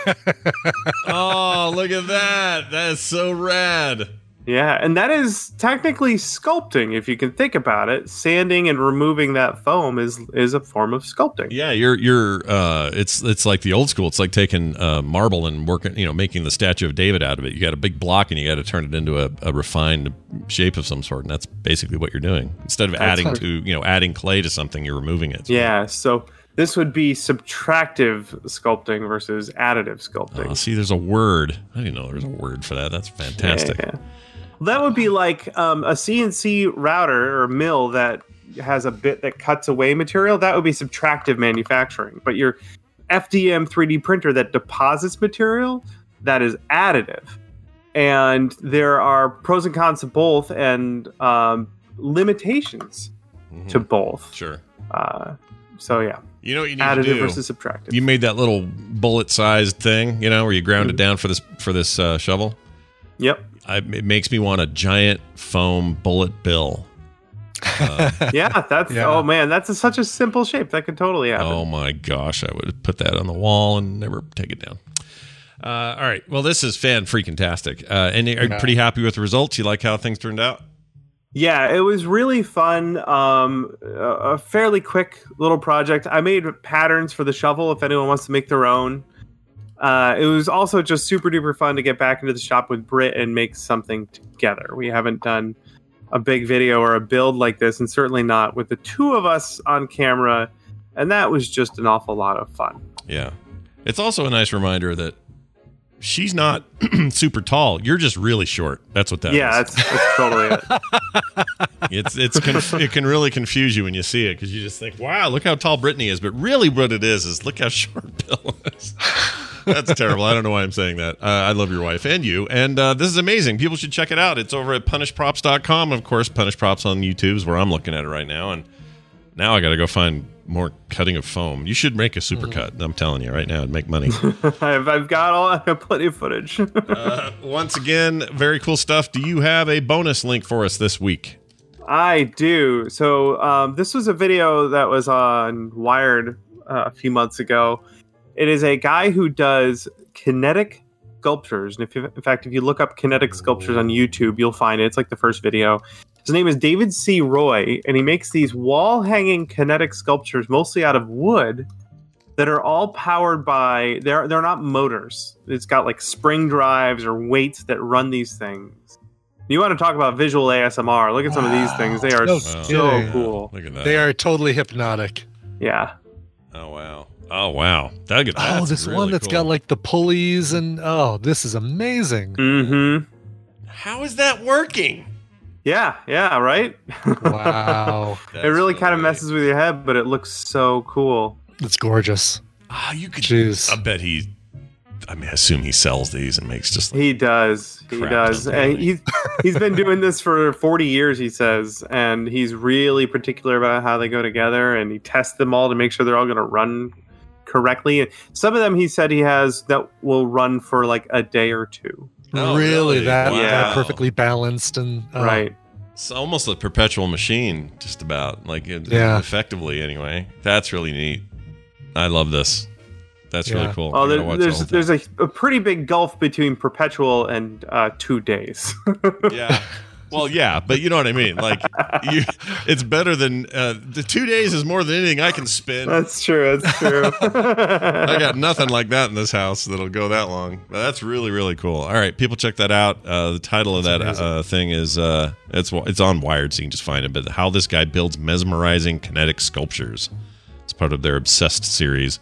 [LAUGHS] oh, look at that. That is so rad. yeah. And that is technically sculpting, if you can think about it. Sanding and removing that foam is is a form of sculpting. Yeah, you're you're uh it's it's like the old school. It's like taking uh marble and working, you know, making the statue of David out of it. You got a big block and you got to turn it into a, a refined shape of some sort, and that's basically what you're doing. Instead of That's adding right. to, you know, adding clay to something, you're removing it. Yeah. So this would be subtractive sculpting versus additive sculpting. Oh, see, there's a word. I didn't know there was a word for that. That's fantastic. Yeah. That would be like um, a CNC router or mill that has a bit that cuts away material. That would be subtractive manufacturing. But your FDM 3D printer that deposits material, that is additive. And there are pros and cons to both and um, limitations to both. Mm-hmm. Sure. Uh, so, yeah. You know what you need to Additive do? versus subtractive. You made that little bullet-sized thing, you know, where you ground it down for this for this uh, shovel. Mm-hmm. Yep. I, it makes me want a giant foam bullet bill. yeah, that's Yeah. oh man, that's a, such a simple shape that could totally happen. Oh my gosh, I would put that on the wall and never take it down. Uh, all right. Well, this is fan freaking tastic. Uh, and are you Yeah. pretty happy with the results? You like how things turned out? Yeah, it was really fun. Um, a- a fairly quick little project. I made patterns for the shovel [LAUGHS] if anyone wants to make their own. Uh, it was also just super duper fun to get back into the shop with Britt and make something together. We haven't done a big video or a build like this, and certainly not with the two of us on camera. And that was just an awful lot of fun. Yeah. It's also a nice reminder that she's not [CLEARS THROAT] super tall. You're just really short. That's what that is. yeah, that's, that's totally it. [LAUGHS] [LAUGHS] It's it's conf- it can really confuse you when you see it because you just think, wow, look how tall Brittany is, but really what it is is look how [LAUGHS] short Bill is. That's terrible. I don't know why I'm saying that. Uh, I love your wife and you, and uh, this is amazing. People should check it out. It's over at punishprops.com. Of course, Punish Props on YouTube's where I'm looking at it right now, and now I got to go find more cutting of foam. You should make a supercut. I'm telling you right now, it'd make money. I've, I've got all [LAUGHS] I've got plenty of footage. [LAUGHS] uh, once again, very cool stuff. Do you have a bonus link for us this week? I do. So um, this was a video that was on Wired uh, a few months ago. It is a guy who does kinetic sculptures, and if you, in fact, if you look up kinetic sculptures on YouTube, you'll find it. It's like the first video. His name is David C. Roy, and he makes these wall hanging kinetic sculptures mostly out of wood that are all powered by they're they're not motors. It's got like spring drives or weights that run these things. You want to talk about visual ASMR? Look at some of these things. They are No so kidding. cool. Look at that. They are totally hypnotic. Yeah. Oh wow. Oh wow. That, that's oh, this one that's that's got like the pulleys and oh, this is amazing. [LAUGHS] Mm-hmm. How is that working? Yeah. Yeah. Right. Wow, it really kind of messes with your head, but it looks so cool. it's gorgeous. Ah, you could. Jeez. I bet he. I mean, I assume he sells these and makes just. He does. He Crap, does. doesn't And he's he's been doing this for 40 years, he says, and he's really particular about how they go together and he tests them all to make sure they're all going to run correctly. And some of them he said he has that will run for like a day or two. Oh, really, really? That, that Wow. perfectly balanced and oh, Right. It's almost a perpetual machine, just about like it- Yeah. effectively anyway. That's really neat. I love this. That's Yeah. really cool. Oh, I'm there, gonna watch the there's whole thing. there's a, a pretty big gulf between perpetual and uh, two days. yeah. Well, yeah, but you know what I mean. Like, you, it's better than uh, the two days is more than anything I can spend. that's true. [LAUGHS] That's true. I got nothing like that in this house that'll go that long. But that's really really cool. All right, people, check that out. Uh, the title of that uh, thing is uh, it's it's on Wired, so you can just find it. But how this guy builds mesmerizing kinetic sculptures. It's part of their Obsessed series.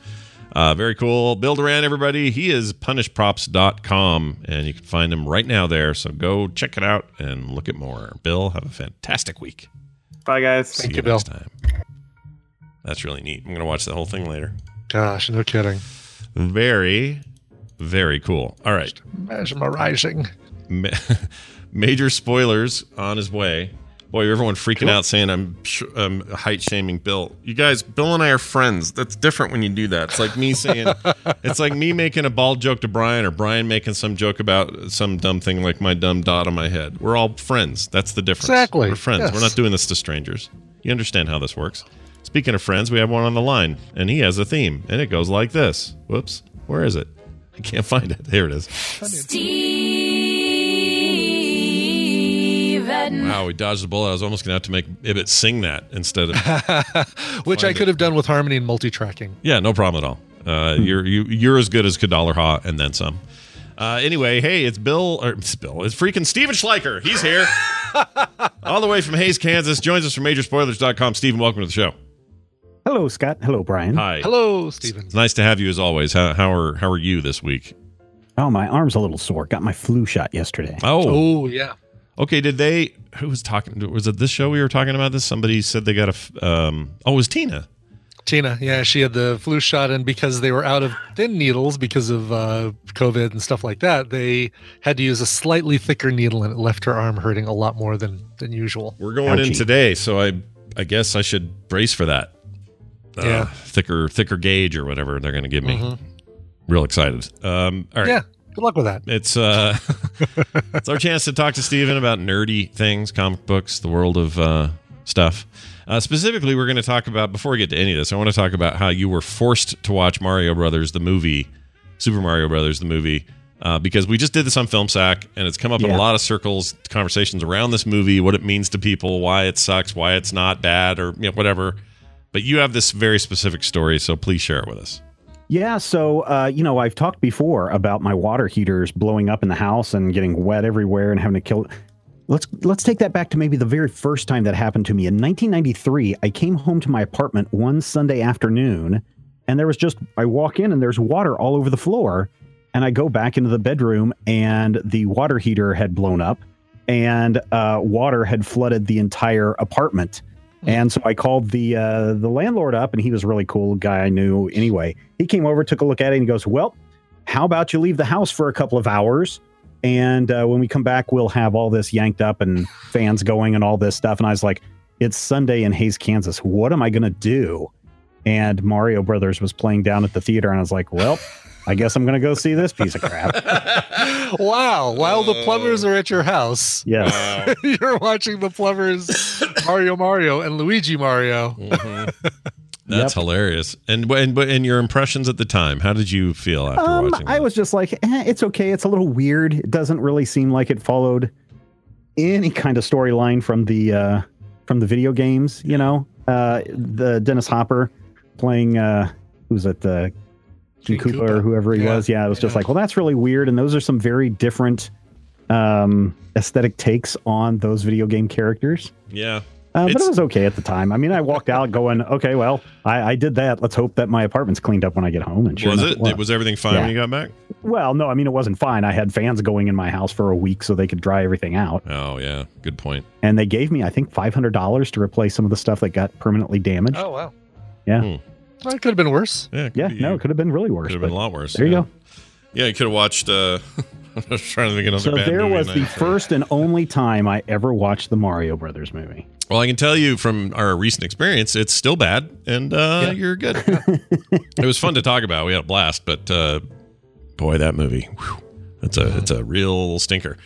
Uh, very cool. Bill Duran, everybody. He is punishprops.com, and you can find him right now there. So go check it out and look at more. Bill, have a fantastic week. Bye, guys. See you, Bill. next time. That's really neat. I'm going to watch the whole thing later. gosh, no kidding. Very, very cool. All right. Mesmerizing. Ma- [LAUGHS] Major spoilers on his way. Boy, everyone freaking out saying I'm sh- um, height shaming Bill. You guys, Bill and I are friends. That's different when you do that. It's like me [LAUGHS] saying, it's like me making a bald joke to Brian or Brian making some joke about some dumb thing like my dumb dot on my head. We're all friends. That's the difference. Exactly. We're friends. We're Yes. not doing this to strangers. You understand how this works. Speaking of friends, we have one on the line and he has a theme and it goes like this. Whoops. Where is it? I can't find it. Here it is. Steven. Wow, we dodged the bullet. I was almost gonna have to make Ibbot sing that instead of [LAUGHS] Which I Find could have done with harmony and multi-tracking. yeah, no problem at all. Uh, you're you, you're as good as Kadalar Ha and then some. Uh, anyway, hey, it's Bill or it's Bill. It's freaking Steven Schleicher. He's here, all the way from Hayes, Kansas. Joins us from MajorSpoilers.com. Steven, welcome to the show. Hello, Scott. Hello, Brian. Hi. Hello, Stephen. It's nice to have you as always. How, how are how are you this week? Oh, my arm's a little sore. Got my flu shot yesterday. Oh, Oh yeah. okay. Did they? Who was talking? Was it this show we were talking about? This somebody said they got a. f- Um, oh, it was Tina. Tina, yeah, she had the flu shot, and because they were out of thin needles because of uh, COVID and stuff like that, they had to use a slightly thicker needle, and it left her arm hurting a lot more than than usual. We're going in Ouchie. today, so I I guess I should brace for that. Uh, Yeah. thicker thicker gauge or whatever they're going to give me. Mhm. Real excited. Um, all right, Yeah, good luck with that. it's uh, [LAUGHS] it's our chance to talk to Steven about nerdy things, comic books, the world of uh, stuff. Uh, specifically, we're going to talk about before we get to any of this. I want to talk about how you were forced to watch Mario Brothers the movie, Super Mario Brothers the movie, uh, because we just did this on Film Sack, and it's come up in a Yeah. lot of circles, conversations around this movie, what it means to people, why it sucks, why it's not bad, or you know, whatever. But you have this very specific story, so please share it with us. Yeah, so uh, you know, I've talked before about my water heaters blowing up in the house and getting wet everywhere and having to kill. Let's let's take that back to maybe the very first time that happened to me in 1993. I came home to my apartment one Sunday afternoon, and there was just I walk in and there's water all over the floor, and I go back into the bedroom and the water heater had blown up, and uh, water had flooded the entire apartment. And so I called the uh, the landlord up, and he was a really cool guy I knew anyway. He came over, took a look at it, and he goes, "Well, how about you leave the house for a couple of hours, and uh, when we come back, we'll have all this yanked up and fans going and all this stuff." And I was like, "It's Sunday in Hayes, Kansas. What am I gonna do?" and Mario Brothers was playing down at the theater, and I was like, well, I guess I'm going to go see this piece of crap. Wow! While the plumbers are at your house, [LAUGHS] Yes. you're watching the [LAUGHS] plumbers, Mario Mario and Luigi Mario. That's hilarious. And and but and your impressions at the time, how did you feel after Um, watching? I was just like, eh, it's okay. It's a little weird. It doesn't really seem like it followed any kind of storyline from the uh, from the video games. You know, uh, the Dennis Hopper playing uh, who's it, uh, Gene Koopa, or whoever he Yeah, was. Yeah, it was just like, well, that's really weird. And those are some very different um, aesthetic takes on those video game characters. Yeah. Uh, but It's- it was okay at the time. I mean, I walked out going, okay, well, I, I did that. Let's hope that my apartment's cleaned up when I get home. And sure was enough, it? It was everything fine when Yeah. you got back? well, no, I mean it wasn't fine. I had fans going in my house for a week so they could dry everything out. Oh yeah, good point. And they gave me, I think, five hundred dollars to replace some of the stuff that got permanently damaged. Oh wow, Yeah, Hmm. that could have been worse. Yeah, yeah. No, it could have been really worse. Could have been but a lot worse. There yeah. you go. Yeah, you could have watched. Uh, [LAUGHS] I was trying to think of another So bad there movie was night. the first and only time I ever watched the Mario Brothers movie. Well, I can tell you from our recent experience, it's still bad, and uh, you're good. [LAUGHS] it was fun to talk about. We had a blast, but uh, boy, that movie, whew, that's a it's a real stinker.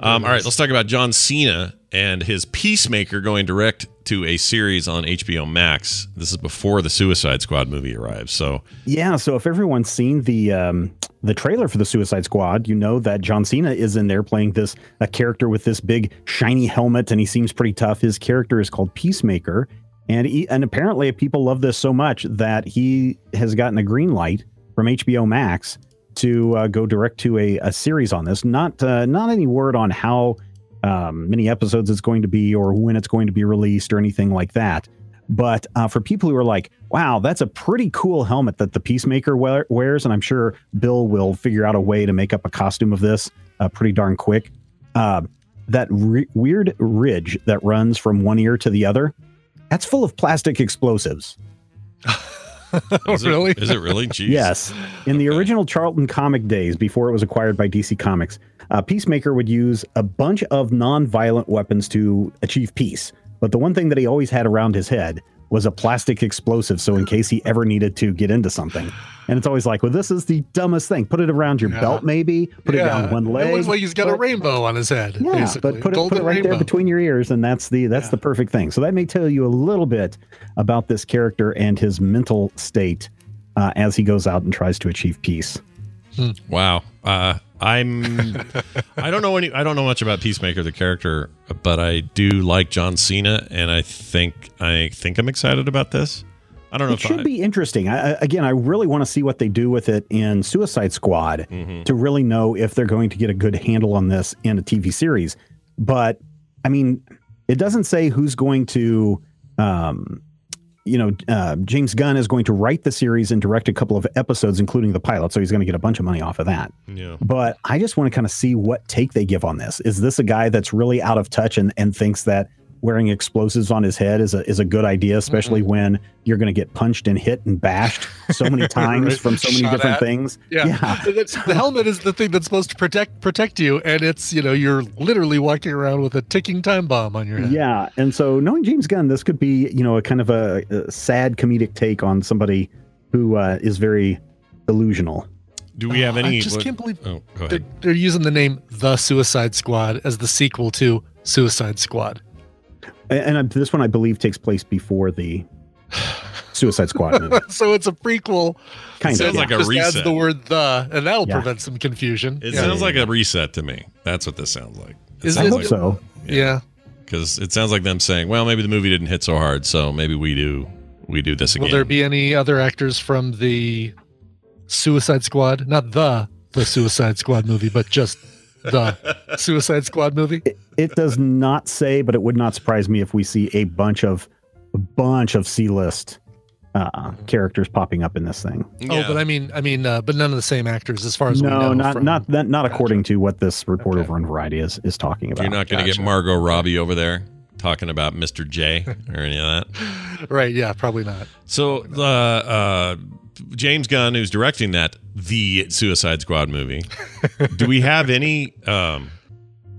Um, all right, let's talk about John Cena and his Peacemaker going direct to a series on HBO Max. This is before the Suicide Squad movie arrives, [LAUGHS] so Yeah, so if everyone's seen the um, the trailer for the Suicide Squad, you know that John Cena is in there playing this a character with this big shiny helmet, and he seems pretty tough. His character is called Peacemaker, and he, and apparently people love this so much that he has gotten a green light from HBO Max to uh, go direct to a, a series on this. Not uh, not any word on how um, many episodes it's going to be or when it's going to be released or anything like that. But uh, for people who are like, wow, that's a pretty cool helmet that the Peacemaker wear- wears, and I'm sure Bill will figure out a way to make up a costume of this uh, pretty darn quick. Uh, that re- weird ridge that runs from one ear to the other, that's full of plastic explosives. is really? It, is it [LAUGHS] really? Jeez. Yes. In the original Charlton comic days, before it was acquired by DC Comics, uh, Peacemaker would use a bunch of non-violent weapons to achieve peace. But the one thing that he always had around his head was a plastic explosive. So in case he ever needed to get into something, and it's always like, well, this is the dumbest thing. Put it around your Yeah. belt, maybe. Put it down one It leg. looks like he's got a But- rainbow on his head. yeah, basically. but put it, put Golden it right there rainbow. between your ears, and that's the that's the perfect thing. So that may tell you a little bit about this character and his mental state uh, as he goes out and tries to achieve peace. Wow. Uh, I'm. [LAUGHS] I don't know any. I don't know much about Peacemaker the character, but I do like John Cena, and I think I think I'm excited about this. I don't know It if I, should be interesting. I, I- again, I really want to see what they do with it in Suicide Squad Mm-hmm. to really know if they're going to get a good handle on this in a TV series. But I mean, it doesn't say who's going to, um, you know, uh, James Gunn is going to write the series and direct a couple of episodes, including the pilot. So he's going to get a bunch of money off of that. Yeah. But I just want to kind of see what take they give on this. Is this a guy that's really out of touch and, and thinks that wearing explosives on his head is a is a good idea, especially Mm-hmm. when you're going to get punched and hit and bashed so [LAUGHS] many times Right. from so many Shot different at. things? Yeah, [LAUGHS] That's- the helmet is the thing that's supposed to protect protect you, and it's you know you're literally walking around with a ticking time bomb on your head. Yeah, and so knowing James Gunn, this could be you know a kind of a, a sad comedic take on somebody who uh, is very delusional. do we have any? I just can't believe Oh, go They're, ahead. they're using the name The Suicide Squad as the sequel to Suicide Squad. And, and I, this one, I believe, takes place [SIGHS] before the Suicide [LAUGHS] Squad movie. so it's a prequel. Kind of, Sounds yeah. like a just adds reset. the word the, and that'll Yeah. prevent some confusion. It Yeah. sounds like a reset to me. That's what this sounds like. Is sounds it- I like, hope so. Yeah. Because it sounds like them saying, "Well, maybe the movie didn't hit so hard, so maybe we do we do this Will again." there be any other actors from the Suicide Squad? Not the the Suicide Squad movie, but just [LAUGHS] the Suicide Squad movie. it does not say, but it would not surprise me if we see a bunch of a bunch of C-list uh, Mm-hmm. characters popping up in this thing. Oh, but I mean, I mean, uh, but none of the same actors, as far as we know. No, not from- not that, not according to what this report over on Variety is is talking about. You're not going to get Margot Robbie over there talking about Mr. J or any of that. right? Yeah, probably not. So uh, uh, James Gunn, who's directing [LAUGHS] that the Suicide Squad movie, do we have any um,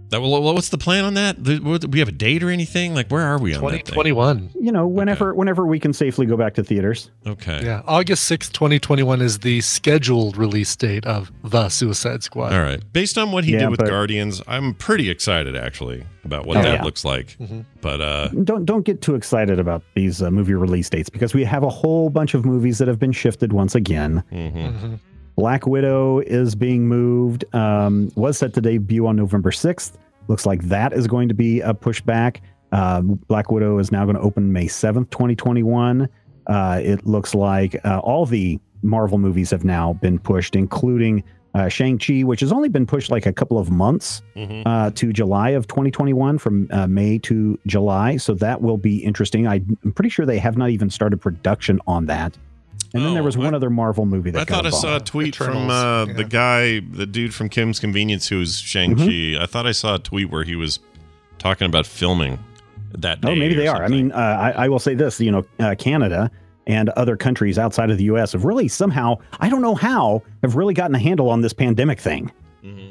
That well, what's the plan on that? The- what- We have a date or anything? Like, where are we on that? Twenty one. You know, whenever whenever we can safely go back to theaters. Okay. Yeah, August sixth, twenty twenty one is the scheduled release date of the Suicide Squad. All right. Based on what he Yeah, did with but- Guardians, I'm pretty excited actually about what Oh, that yeah. looks like. But uh Don't don't get too excited about these uh, movie release dates because we have a whole bunch of movies that have been shifted once again. mm-hmm. Mm-hmm. Black Widow is being moved. Um, was set to debut on November sixth. Looks like that is going to be a pushback. Uh, Black Widow is now going to open May seventh, twenty twenty one. It looks like uh, all the Marvel movies have now been pushed, including uh, Shang Chi, which has only been pushed like a couple of months Mhm. uh, to July of 2021, from uh, May to July. So that will be interesting. I, am pretty sure they have not even started production on that. And then there was one other Marvel movie that Oh, I thought I got saw a bumped. tweet from uh, the guy, the dude from Kim's Convenience who was Shang-Chi. Mm-hmm. I thought I saw a tweet where he was talking about filming that day. Oh, maybe or they are. I mean, uh, I, I will say this: you know, uh, Canada and other countries outside of the U.S. have really somehow, I don't know how, have really gotten a handle on this pandemic thing.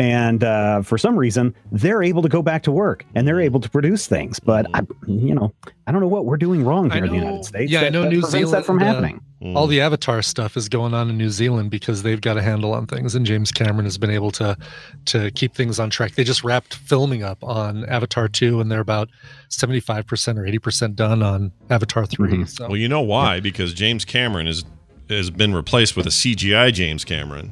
And uh, for some reason, they're able to go back to work and they're able to produce things. But I, you know, I don't know what we're doing wrong here in the United States. Yeah, I that- know that New prevents Zealand. that from uh, happening. All Mm. the Avatar stuff is going on in New Zealand because they've got a handle on things, and James Cameron has been able to to keep things on track. They just wrapped filming up on Avatar two, and they're about seventy five percent or eighty percent done on Avatar 3 So Mm-hmm. Well, you know why? Because James Cameron is has been replaced with a CGI James [LAUGHS] Cameron.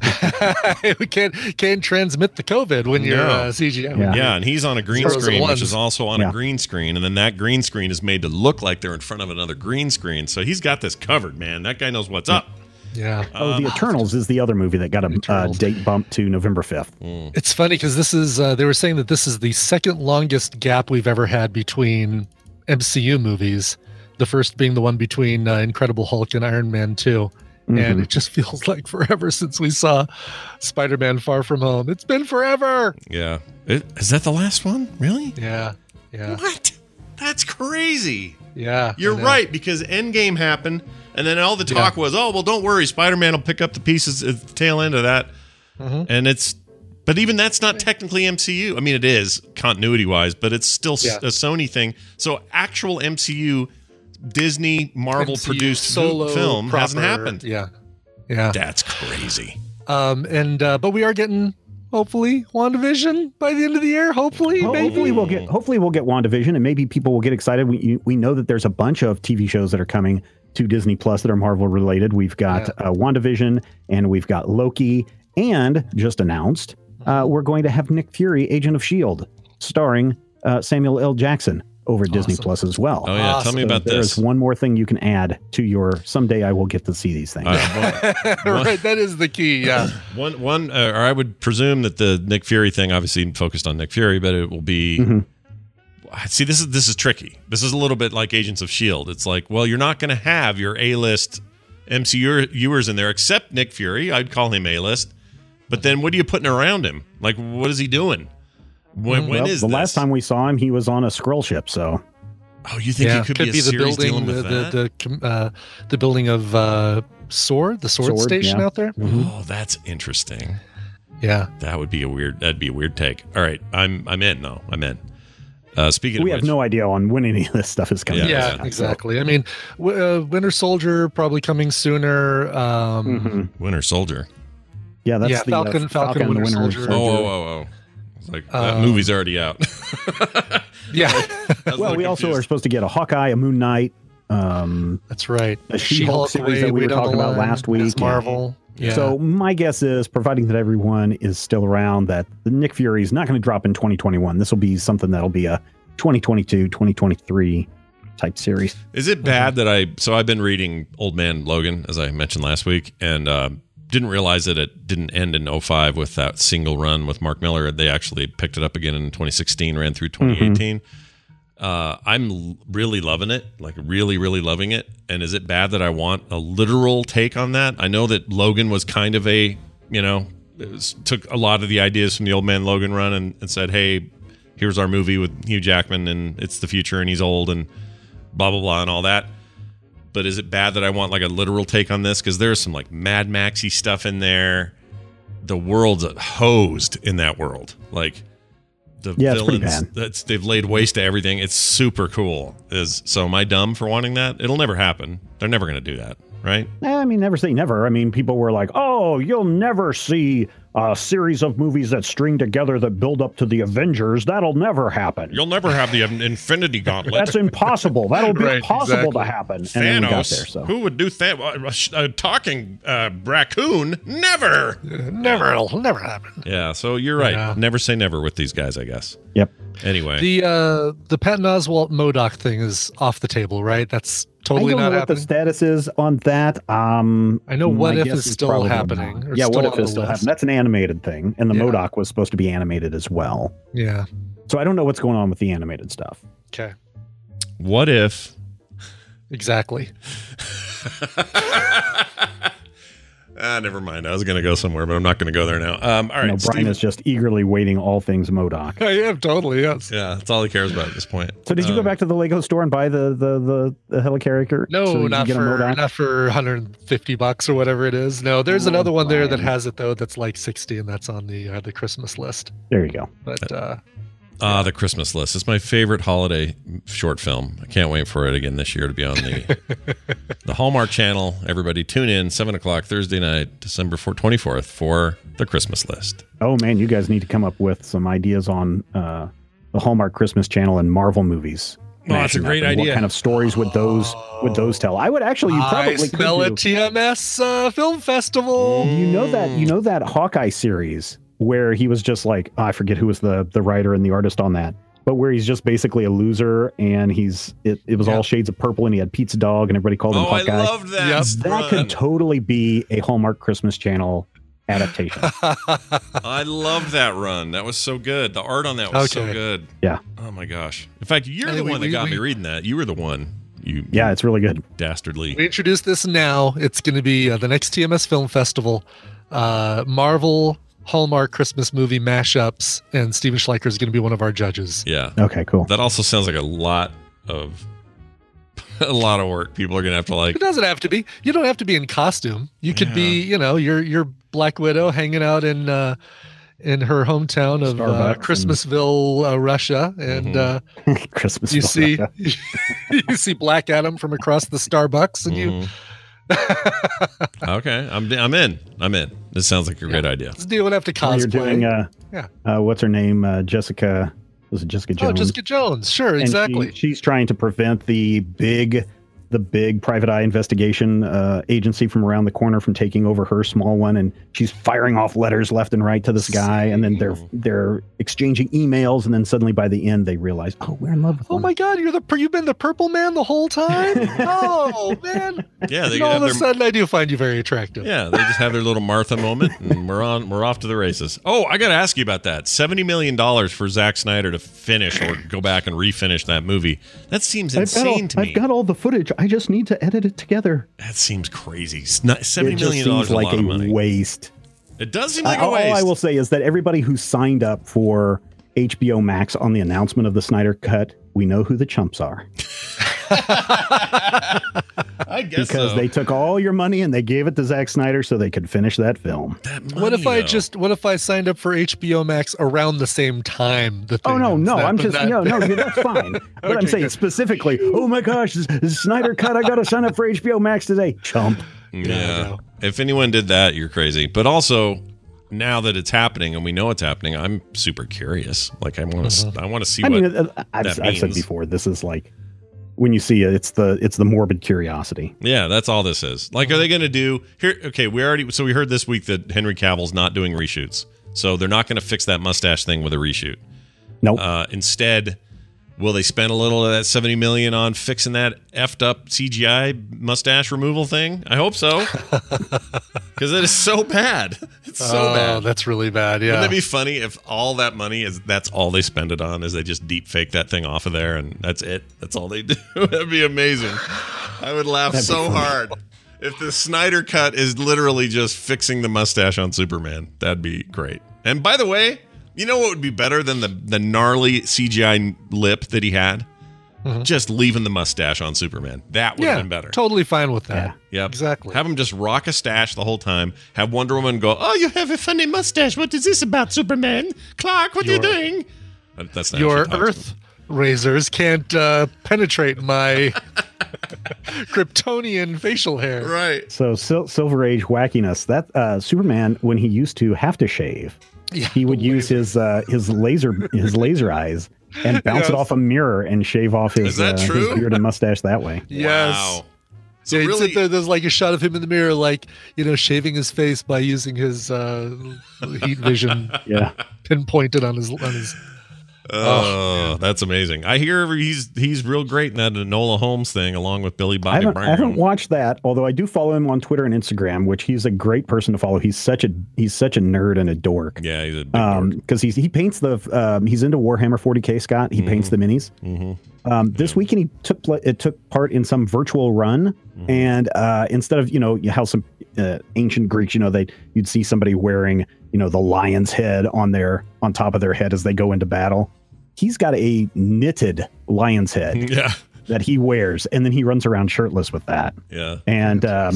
we can't can't transmit the COVID when you're No. uh, CGI. Yeah. and he's on a green Zeros and screen, which ones. is also on Yeah. a green screen, and then that green screen is made to look like they're in front of another green screen. So he's got this covered, man. That guy knows what's up. Yeah. oh, The Eternals is the other movie that got a uh, date bump to November 5th. It's funny because this is uh, they were saying that this is the second longest gap we've ever had between MCU movies. The first being the one between uh, Incredible Hulk and Iron Man 2 and Mm-hmm. Mhm. it just [LAUGHS] feels like forever since we saw Spider-Man Far From Home. It's been forever. Yeah. It, is that the last one? Really? Yeah. Yeah. What? That's crazy. Yeah. You're right because Endgame happened, and then all the talk was, "Oh, well, don't worry, Spider-Man will pick up the pieces at the tail end of that." Mhm. And it's, but even that's not technically MCU. I mean, it is continuity-wise, but it's still s- Yeah. a Sony thing. So actual MCU, Disney, Marvel MCU produced solo film hasn't proper- happened. Yeah. Yeah. that's crazy. Um and uh, but we are getting hopefully WandaVision by the end of the year, hopefully Well, maybe. [LAUGHS] hopefully we'll get hopefully we'll get WandaVision and maybe people will get excited. We you- we know that there's a bunch of TV shows that are coming to Disney Plus that are Marvel related. We've got uh, WandaVision and we've got Loki and just announced uh, we're going to have Nick Fury, Agent of Shield, E starring uh, Samuel L. Jackson over Disney Plus as well. Oh, yeah. Tell me about There's this. one more thing you can add to your someday I will get to see these Uh, things. [LAUGHS] right, that is the key. Yeah. One, one, uh, or I would presume that the Nick Fury thing, obviously focused on Nick Fury, but it will be. Mm-hmm. See, this is this is tricky. This is a little bit like Agents of Shield. E It's like, well, you're not going to have your A-list MCUers in there except Nick Fury. I'd call him A-list, but then what are you putting around him? Like, what is he doing? When, when Well, is the this? last time we saw him, he was on a scroll ship. So Oh, you think Yeah. it could, be, a series dealing with the, that? the the com- uh, the building of uh, sword, the sword, Sword, station yeah. out there. Mm-hmm. Oh, that's interesting. Yeah. That would be a weird. That'd be a weird take. All right, I'm I'm in. No, I'm in. Uh, speaking we of have which, no idea on when any of this stuff is coming. Yeah, out. So- exactly. I mean, w- uh, Winter Soldier probably coming sooner. Um, Winter Soldier. Yeah, Mm-hmm. that's Yeah, the Falcon- uh, Falcon and the Winter Winter Soldier. Oh, oh, oh, oh. It's like that Um, movie's already out. Oh. Yeah. [LAUGHS] well, we also are supposed to get a Hawkeye, a Moon Knight. Um, That's right. A She-Hulk, She-Hulk series that Wade we were on the talking about line, last week. Ms. and- Marvel, yeah. So my guess is, providing that everyone is still around, that the Nick Fury is not going to drop in 2021. This will be something that'll be a 2022, 2023 type series. Is it bad that I? So I've been reading Old Man Logan, as I mentioned last week, and uh, didn't realize that it didn't end in 05 with that single run with Mark Miller. They actually picked it up again in 2016, ran through 2018. Uh, I'm l- really loving it, like really, really loving it. And is it bad that I want a literal take on that? I know that Logan was kind of a, you know, it was, took a lot of the ideas from the Old Man Logan run and, and said, hey, here's our movie with Hugh Jackman and it's the future and he's old and blah blah blah and all that. But is it bad that I want like a literal take on this? Because there's some like Mad Maxy stuff in there. The world's hosed in that world. Like the Yeah, it's pretty villains. That's they've laid waste to everything. It's super cool. Is so am I dumb for wanting that? It'll never happen. They're never gonna do that, right? Eh, I mean, never say never. I mean, people were like, "Oh, you'll never see a series of movies that string together that build up to the Avengers. That'll never happen. You'll never have the [LAUGHS] Infinity Gauntlet. That's impossible. That'll [LAUGHS] be Right, impossible exactly. to happen." And then we got Thanos. there. So Who would do Thanos? A talking uh, raccoon? Never. Never, it'll never happen. Yeah. So you're right. Yeah. Never say never with these guys, I guess. Yep. Anyway, The uh, the Patton Oswalt Modoc thing is off the table, right? That's totally I don't not know what the happening. status is on that. Um, I know What my If guess is still probably happening, not. or Yeah, still what on if is the still list. happening? That's an animated thing, and the Modoc was supposed to be animated as well. yeah. So I don't know what's going on with the animated stuff. Okay. what if? Exactly. [LAUGHS] [LAUGHS] Ah, never mind. I was gonna go somewhere, but I'm not gonna go there now. Um, all right, You know, Brian Steve- is just eagerly waiting all things Modoc. I am totally yes. Yeah, that's all he cares about at this point. So did you go Um, back to the Lego store and buy the the the, the helicarrier? No, so you not could get a for Modoc? not for 150 bucks or whatever it is. No, there's Oh, another one there that Brian. has it though. That's like 60, and that's on the uh, the Christmas list. There you go. But uh, Ah, the Christmas list. It's my favorite holiday short film. I can't wait for it again this year to be on [LAUGHS] the the Hallmark Channel. Everybody, tune in seven o'clock Thursday night, December twenty fourth, for the Christmas list. Oh man, you guys need to come up with some ideas on uh, the Hallmark Christmas Channel and Marvel movies. Oh, that's a mashing up great and idea. What kind of stories would those would those tell? I would actually. You probably I could smell a do- TMS uh, film festival. You know that you know that Hawkeye series where he was just like "Oh, I forget who was the the writer and the artist on that, but where he's just basically a loser and he's it, it was all shades of purple and he had pizza dog and everybody called him Oh, I Hawkeye. loved that. Yep. That could totally be a Hallmark Christmas Channel adaptation. Mm. I loved that run. That was so good. The art on that was so Okay. good. Yeah. Oh my gosh. In fact, you're I the think we- one that we- got we- me reading that. You were the one. You yeah, it's really good. dastardly. [LAUGHS] We introduced this now. It's going to be uh, the next TMS Film Festival, uh, Marvel Hallmark Christmas movie mashups, and Steven Schleicher is going to be one of our judges. Yeah. Okay, cool. [LAUGHS] That also sounds like a lot of [LAUGHS] a lot of work. People are gonna have to like It doesn't have to be. You don't have to be in costume. You could be, you know, your your Black Widow hanging out in uh, in her hometown of uh, Starbucks and- Mm-hmm. Christmasville, uh, Russia, and uh, Christmas. you film, [LAUGHS] see yeah. you see [LAUGHS] Black Adam from across the Starbucks, and [LAUGHS] Mm-hmm. you mm-hmm. okay, I'm I'm in. I'm in. This sounds like a great idea. you don't have to Or cosplay. You're doing uh, yeah. uh, what's her name? Uh, Jessica was it Jessica Jones? Oh, Jessica Jones. Sure, And she- exactly. she's trying to prevent the big, the big private eye investigation uh, agency from around the corner from taking over her small one, and she's firing off letters left and right to this guy, and then they're they're exchanging emails, and then suddenly by the end they realize, oh, we're in love with. Oh my God! You're the pur- you've been the purple man the whole [LAUGHS] time. oh man! [LAUGHS] Yeah, they And all have of a their sudden, I do find you very attractive. yeah, they just have their little Martha moment, and we're on. We're off to the races. Oh, I got to ask you about that. Seventy million dollars for Zack Snyder to finish or go back and refinish that movie. That seems I've got, all, insane to me. I've got all the footage. I just need to edit it together. that seems crazy. It's not- Seventy it just million dollars seems is like a lot of money. waste. It does seem I- like a all, all I waste. will say is that everybody who signed up for HBO Max on the announcement of the Snyder Cut, we know who the chumps are [LAUGHS] I guess because so. they took all your money and they gave it to Zack Snyder so they could finish that film. What if I though. just what if I signed up for HBO Max around the same time? The Oh thing no, ends? no, That- I'm just that- [LAUGHS] no, no, that's fine. But I'm saying specifically, oh my gosh, this, this Snyder Cut, I got to sign up for HBO Max today, chump. [LAUGHS] Yeah. If anyone did that, you're crazy. But also, now that it's happening and we know it's happening, I'm super curious. Like I want to, I want to see. I mean, what uh, uh, I've, that I've said means. before, this is like when you see it, it's the it's the morbid curiosity. Yeah, that's all this is. Like, are they going to do here? Okay, we already. So we heard this week that Henry Cavill's not doing reshoots, so they're not going to fix that mustache thing with a reshoot. Nope. Uh, instead, will they spend a little of that seventy million on fixing that effed up CGI mustache removal thing? I hope so, [LAUGHS] because it is so bad. It's so oh, bad. that's really bad. Yeah. Wouldn't it be funny if all that money is that's all they spend it on is they just deep fake that thing off of there and that's it? That's all they [LAUGHS] do. That'd be amazing. I would laugh That'd be so funny. hard. If the Snyder cut is literally just fixing the mustache on Superman, that'd be great. And by the way, you know what would be better than the, the gnarly CGI lip that he had? Just leaving the mustache on Superman. That would have yeah, been better. totally fine with that. Yep. Exactly. Have him just rock a stash the whole time. Have Wonder Woman go, oh, Oh, you have a funny mustache. What is this about, Superman? Clark, what are you You're- doing? That's not Your actually Earth razors can't uh, penetrate my [LAUGHS] Kryptonian facial hair. [LAUGHS] Right. So sil- Silver Age wackiness. That uh, Superman, when he used to have to shave, he Oh would use his uh, his laser his laser eyes and bounce Yes. it off a mirror and shave off his, Is that uh, his true? beard and mustache [LAUGHS] that way. Yes. yeah, he'd sit there, there's like a shot of him in the mirror, like, you know, shaving his face by using his uh, [LAUGHS] heat vision Yeah. pinpointed on his on his Oh, that's amazing! I hear he's he's real great in that Enola Holmes thing, along with Billy I Bobby haven't, I haven't Brown. watched that, although I do follow him on Twitter and Instagram, which he's a great person to follow. He's such a he's such a nerd and a dork. Yeah, he's a Um, because he's he paints the um, he's into Warhammer 40k. Scott, he paints Mm-hmm. the minis. [LAUGHS] Um, this weekend he took pla- it took part in some virtual run, Mm-hmm. and uh, instead of you know how some uh, ancient Greeks, you know, they you'd see somebody wearing you know the lion's head on their on top of their head as they go into battle. He's got a knitted [LAUGHS] lion's head. Yeah. That he wears, and then he runs around shirtless with that. Yeah. And um,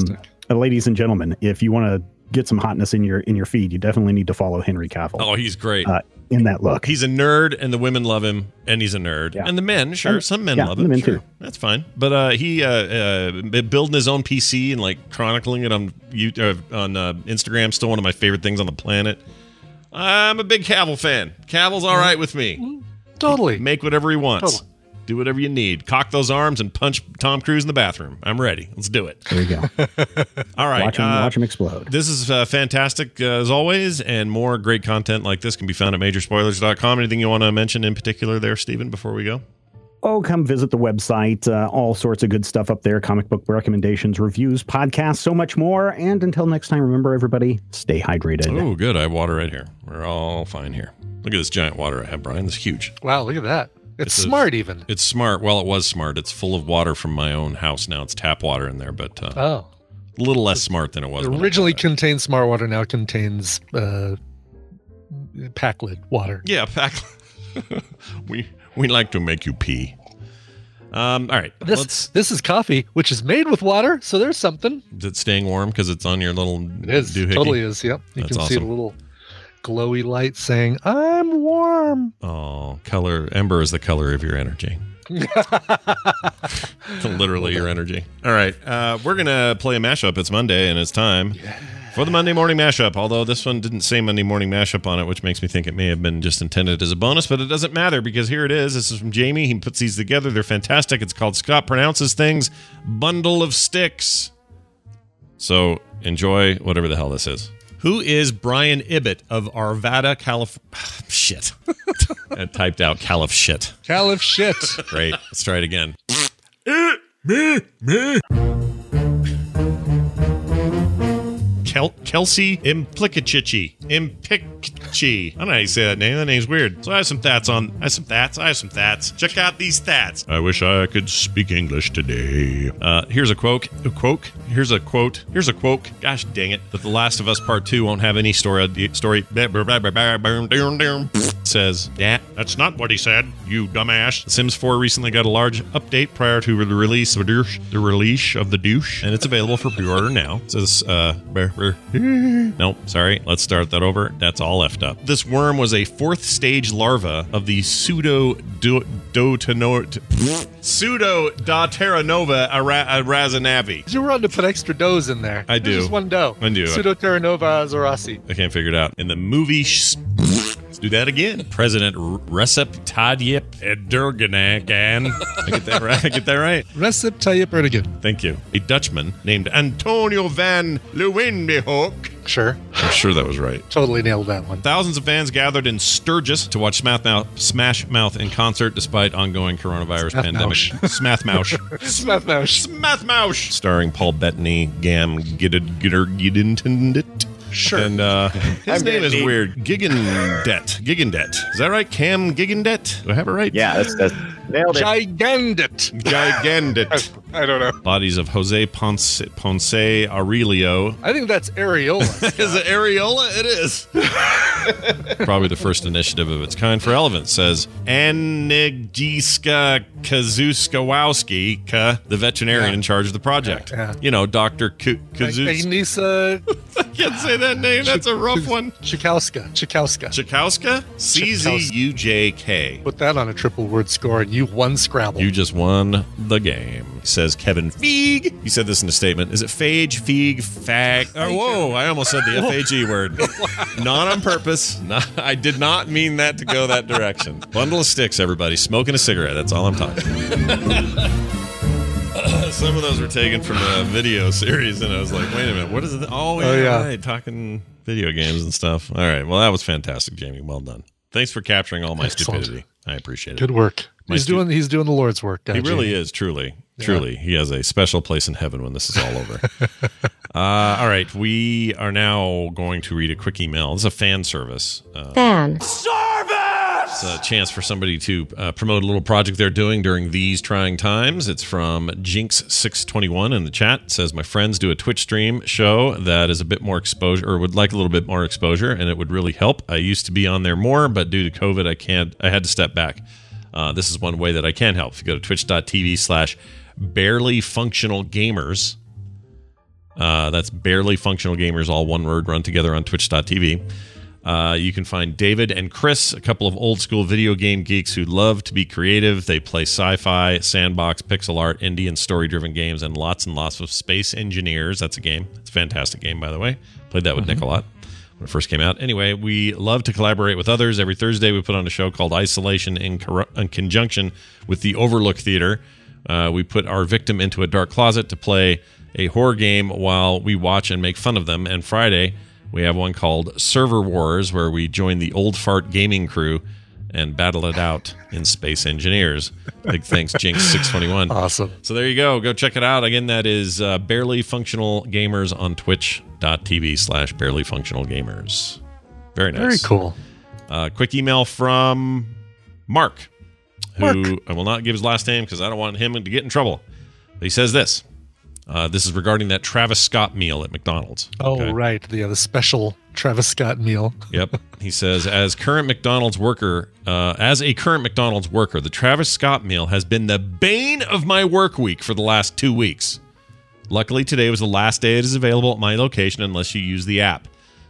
uh, ladies and gentlemen, if you want to get some hotness in your in your feed, you definitely need to follow Henry Cavill Oh, he's great. uh, in that look. He's a nerd, and the women love him, and he's a nerd, and the men, sure, And- some men yeah, love the him, men sure. too. That's fine. But uh, he uh, uh, b- building his own PC and like chronicling it on you uh, on uh, Instagram. Still one of my favorite things on the planet. I'm a big Cavill fan. Cavill's Mm-hmm. all right with me. Totally. Make whatever he wants. Totally. Do whatever you need. Cock those arms and punch Tom Cruise in the bathroom. I'm ready. Let's do it. There you go. [LAUGHS] All right. watch him uh, watch him explode. This is uh, fantastic uh, as always, and more great content like this can be found at majorspoilers.com. Anything you want to mention in particular there, Stephen, before we go? Oh, come visit the website. Uh, all sorts of good stuff up there comic book recommendations, reviews, podcasts, so much more. And until next time, remember, everybody, stay hydrated. Oh, good. I have water right here. We're all fine here. Look at this giant water I have, Brian. This is huge. Wow, look at that. It's, It's a- smart even. It's smart. Well, it was smart. It's full of water from my own house now. It's tap water in there, but uh, Oh. a little less smart than it was. It when I- originally contained smart water, now contains uh, pack lid water. yeah, pack. [LAUGHS] we we like to make you pee. Um, all right. This this is coffee, which is made with water, so there's something. Is it staying warm because it's on your little It is doohickey? totally is. Yep, you That's can see the awesome. little glowy light saying "I'm warm." Oh, color ember is the color of your [LAUGHS] energy. Literally your energy. All right, uh, we're gonna play a mashup. It's Monday and it's time for the Monday morning mashup. Although this one didn't say Monday morning mashup on it, which makes me think it may have been just intended as a bonus, but it doesn't matter because here it is. This is from Jamie. He puts these together. They're fantastic. It's called Scott pronounces things bundle of sticks. So enjoy whatever the hell this is. Who is Brian Ibbett of Arvada, California? [SIGHS] Shit. I typed out caliph shit. [LAUGHS] Caliph shit. Great. Let's try it again. Me, me. Kel- Kelsey Implicachichi. Impicachi. I don't know how you say that name. That name's weird. So I have some thats on. I have some thats. I have some thats. Check out these thats. I wish I could speak English today. Uh, here's a quote. A quote. Here's a quote. Here's a quote. Gosh dang it! That The Last of Us Part Two won't have any story. Story says that. That's not what he said. You dumbass. Sims 4 recently got a large update prior to the release of the douche- the release of the douche, and it's available for pre-order now. It says uh. brr, brr. Nope, sorry. Let's start that over. That's all left up. This worm was a fourth stage larva of the pseudo do, pseudo doteranova ara- arazanavi. You were on to put extra doughs in there. I There's do. Just one dough. I do. Pseudo Terranova Zorasi. I can't figure it out. In the movie, sh- let's do that again. President R- Recep Tayyip Erdogan. I get that right. I get that right. Recep Tayyip Erdogan. Thank you. A Dutchman named Antonio van Leeuwenhoek. Sure. I'm sure that was right. Totally nailed that one. Thousands of fans gathered in Sturgis to watch Smash Mouth, Smash Mouth in concert despite ongoing coronavirus Smash pandemic. Mouth. Smash Mouth. Smath Mouth. Smath Mouth. Starring Paul Bettany, Gam Gidded Gidder Giddentendit. Sure. And [LAUGHS] uh, his I'm name is Bettany. weird. Gigandet. Gigandet. Is that right? Cam Gigandet? Do I have it right? Yeah, that's, that's Nailed it. Gigandit. Gigandit. [LAUGHS] I don't know. Bodies of Jose Ponce, Ponce Aurelio. I think that's [LAUGHS] areola. is it areola? It is. [LAUGHS] Probably the first initiative of its kind for elephants, says Anigdiska Kazuskowowski, ka, the veterinarian in charge of the project. Yeah. You know, Dr. Ku- Kazuz- Agnesa. I can't say that name. That's a rough one. Chikowska. Chikowska. Chikowska? C Z U J K. Put that on a triple word score and you won Scrabble. You just won the game, says Kevin Feig. You said this in a statement. Is it Phage, Feig, Fag? Oh, [LAUGHS] whoa, I almost said the F A G word. Not on purpose. Not, I did not mean that to go that direction. Bundle of sticks, everybody. Smoking a cigarette. That's all I'm talking [LAUGHS] Some of those were taken from a video series, and I was like, wait a minute, what is it? Oh, yeah, Oh, yeah. right. Talking video games and stuff. All right. Well, that was fantastic, Jamie. Well done. Thanks for capturing all my Excellent. stupidity. I appreciate it. Good work. My he's stu- doing he's doing the Lord's work. he really is, truly. Truly. He has a special place in heaven when this is all over. uh, all right. We are now going to read a quick email. This is a fan service. Uh, Fan. It's a chance for somebody to uh, promote a little project they're doing during these trying times. It's from Jinx621 in the chat. It says, My friends do a Twitch stream show that is a bit more exposure or would like a little bit more exposure, and it would really help. I used to be on there more, but due to COVID, I can't, I had to step back. Uh, this is one way that I can help. If you go to twitch.tv slash barely functional gamers, uh, that's barely functional gamers, all one word run together on twitch.tv. Uh, you can find David and Chris, a couple of old school video game geeks who love to be creative. They play sci fi, sandbox, pixel art, indie, and story driven games, and lots and lots of Space Engineers. That's a game. It's a fantastic game, by the way. Played that with Nick a lot when it first came out. Anyway, we love to collaborate with others. Every Thursday, we put on a show called Isolation in, cor- in conjunction with the Overlook Theater. Uh, we put our victim into a dark closet to play a horror game while we watch and make fun of them. And Friday, we have one called Server Wars, where we join the old fart gaming crew and battle it out in Space Engineers. Big thanks, Jinx621. Awesome. So there you go. Go check it out. Again, that is uh, Barely Functional Gamers on twitch.tv slash Barely Functional Gamers. Very nice. Very cool. Uh, quick email from Mark, who I will not give his last name because I don't want him to get in trouble. But he says this. Uh, this is regarding that Travis Scott meal at McDonald's. Oh Okay. right. The, uh, the special Travis Scott meal. Yep. He says, as current McDonald's worker, uh, as a current McDonald's worker, the Travis Scott meal has been the bane of my work week for the last two weeks. Luckily, today was the last day it is available at my location unless you use the app.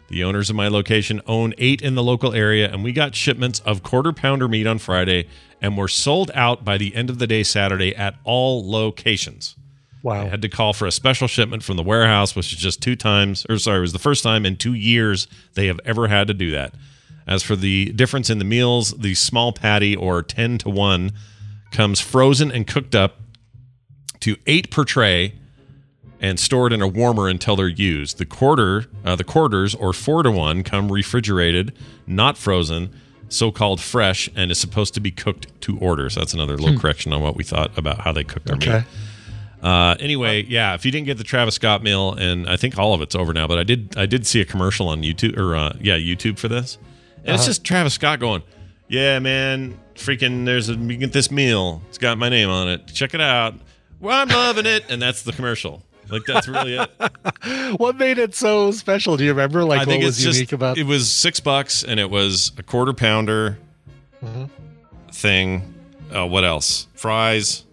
The owners of my location own eight in the local area, and we got shipments of quarter pounder meat on Friday and were sold out by the end of the day Saturday at all locations. Wow. I had to call for a special shipment from the warehouse, which is just two times, or sorry, it was the first time in two years they have ever had to do that. As for the difference in the meals, the small patty or 10 to 1 comes frozen and cooked up to eight per tray and stored in a warmer until they're used. The quarter, uh, the quarters or four to one come refrigerated, not frozen, so-called fresh, and is supposed to be cooked to order. So that's another little Hmm. correction on what we thought about how they cooked their meat. Okay. Uh, anyway, yeah. If you didn't get the Travis Scott meal, and I think all of it's over now, but I did, I did see a commercial on YouTube or uh, yeah, YouTube for this, and it's Uh-huh. just Travis Scott going, "Yeah, man, freaking, there's a you get this meal. It's got my name on it. Check it out. Well, I'm loving it." And that's the commercial. Like that's really [LAUGHS] it. What made it so special? Do you remember? Like what was unique about it was six bucks and it was a quarter pounder Mhm. thing. Uh, what else? Fries,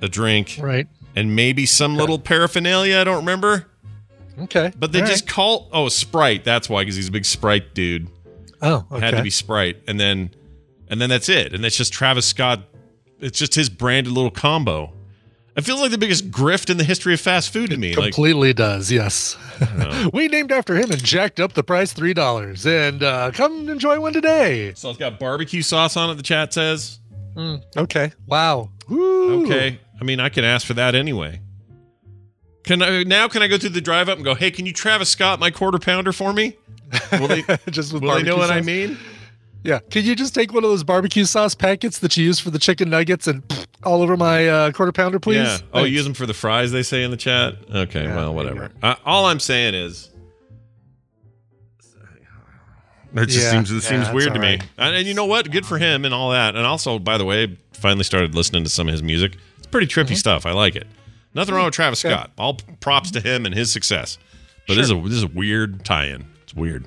a drink, Right. and maybe some little paraphernalia. I don't remember. Okay. But they All just call oh Sprite. That's why because he's a big Sprite dude. Oh, It had to okay. be Sprite, and then and then that's it. And that's just Travis Scott. It's just his branded little combo. It feels like the biggest grift in the history of fast food to me. Like completely does, yes. know. [LAUGHS] we named after him and jacked up the price three dollars. And uh, come enjoy one today. so it's got barbecue sauce on it. The chat says. Mm, okay. Wow. Woo. Okay. I mean, I can ask for that anyway. Can I now? Can I go through the drive up and go, "Hey, can you Travis Scott my quarter pounder for me"? [LAUGHS] Will they, just with will they know barbecue what I sauce. mean? Yeah. Can you just take one of those barbecue sauce packets that you use for the chicken nuggets and all over my uh, quarter pounder, please? Yeah. Oh, Thanks. use them for the fries. They say in the chat. Okay. well, whatever. Uh, all I'm saying is, That just Yeah. seems it Yeah, seems that's weird to me. alright. And, and you know what? Good for him and all that. And also, by the way, finally started listening to some of his music. It's pretty trippy Mm-hmm. stuff. I like it. Nothing wrong with Travis Okay. Scott. All props to him and his success. But this is a this is a weird tie-in. It's weird.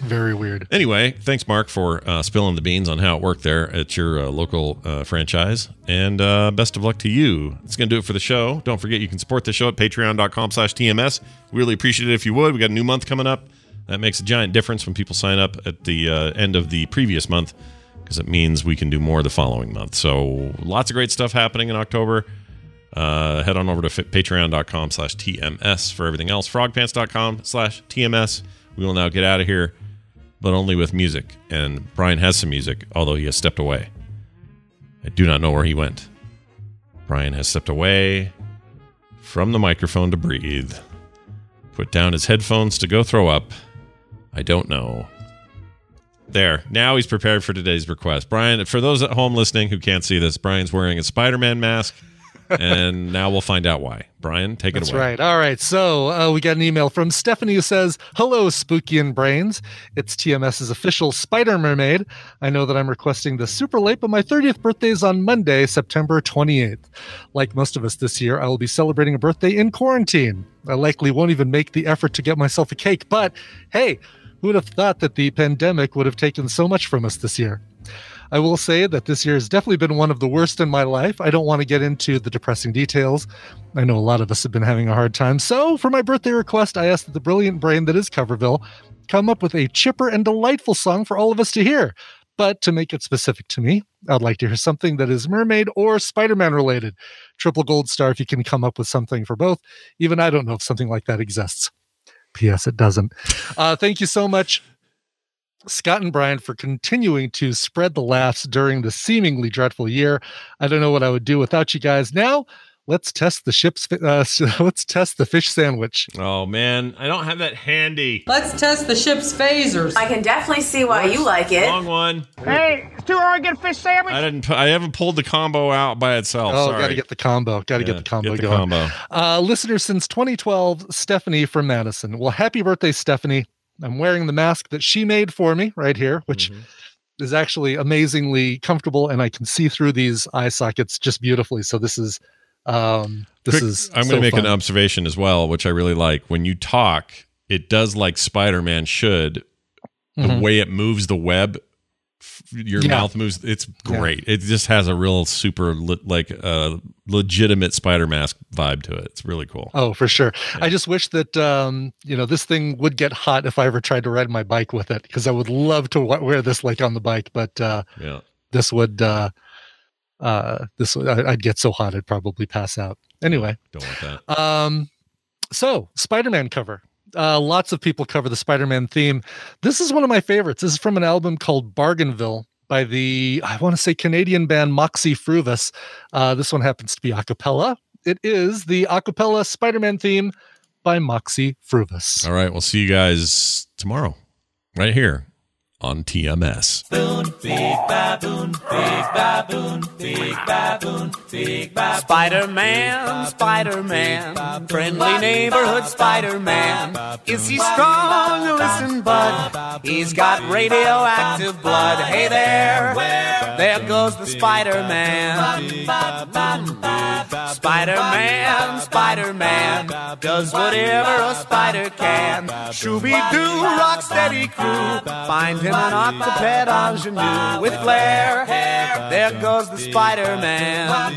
Very weird. Anyway, thanks, Mark, for uh, spilling the beans on how it worked there at your uh, local uh, franchise. And uh, best of luck to you. It's going to do it for the show. Don't forget, you can support the show at patreon.com slash TMS. Really appreciate it if you would. we got a new month coming up. That makes a giant difference when people sign up at the uh, end of the previous month because it means we can do more the following month. So lots of great stuff happening in October. Uh, head on over to fi- patreon.com slash TMS for everything else. Frogpants.com slash TMS. We will now get out of here but only with music. And Brian has some music, although he has stepped away. I do not know where he went. Brian has stepped away from the microphone to breathe, put down his headphones to go throw up. I don't know. There. Now he's prepared for today's request. Brian, for those at home listening who can't see this, Brian's wearing a Spider Man [LAUGHS] mask, and now we'll find out why. Brian, take That's it away. right. All right. So uh, we got an email from Stephanie who says, Hello, Spooky and Brains. It's TMS's official Spider Mermaid. I know that I'm requesting this super late, but my 30th birthday is on Monday, September 28th. Like most of us this year, I will be celebrating a birthday in quarantine. I likely won't even make the effort to get myself a cake, but hey, who would have thought that the pandemic would have taken so much from us this year? I will say that this year has definitely been one of the worst in my life. I don't want to get into the depressing details. I know a lot of us have been having a hard time. So, for my birthday request, I asked that the brilliant brain that is Coverville come up with a chipper and delightful song for all of us to hear. But to make it specific to me, I'd like to hear something that is mermaid or Spider Man related. Triple gold star if you can come up with something for both. Even I don't know if something like that exists. P.S. It doesn't. Uh, thank you so much, Scott and Brian, for continuing to spread the laughs during the seemingly dreadful year. I don't know what I would do without you guys. Now, let's test the ship's. fi- Uh, [LAUGHS] let's test the fish sandwich. Oh, man. I don't have that handy. Let's test the ship's phasers. I can definitely see why you like it. Long one. Hey, it's too hard to get a fish sandwich. I didn't. pu- I haven't pulled the combo out by itself. Oh, Sorry. gotta get the combo. Gotta Yeah, get the combo Get the going. combo. Uh, listener since 2012, Stephanie from Madison. Well, happy birthday, Stephanie. I'm wearing the mask that she made for me right here, which Mm-hmm. is actually amazingly comfortable, and I can see through these eye sockets just beautifully. So this is um this Quick- is I'm so going to make fun. an observation as well, which I really like. When you talk, it does like Spider-Man should. The Mhm. way it moves the web, f- your Yeah. mouth moves. It's great. It just has a real super le- like uh, legitimate Spider Mask vibe to it. It's really cool. Oh, for sure. I just wish that um, you know this thing would get hot if I ever tried to ride my bike with it because I would love to wa- wear this like on the bike, but uh, Yeah. this would uh, uh, this would- I, I'd get so hot I'd probably pass out. Anyway, Don't want that. um, so Spider-Man cover. Uh, lots of people cover the Spider-Man theme. This is one of my favorites. This is from an album called Bargainville by the I want to say Canadian band Moxie Fruvis. Uh, this one happens to be a cappella. It is the a cappella Spider-Man theme by Moxie Fruvis. All right, we'll see you guys tomorrow, right here on TMS. Big baboon, big baboon, big baboon, big baboon. Spider Man, Spider Man, friendly neighborhood Spider Man. Is he strong? Listen, bud, he's got radioactive blood. Hey there, there goes the Spider Man. Spider Man, Spider Man, does whatever a spider can. Shooby doo, rock steady crew. Find him an octoped ingenue with flair. There goes the Spider Man.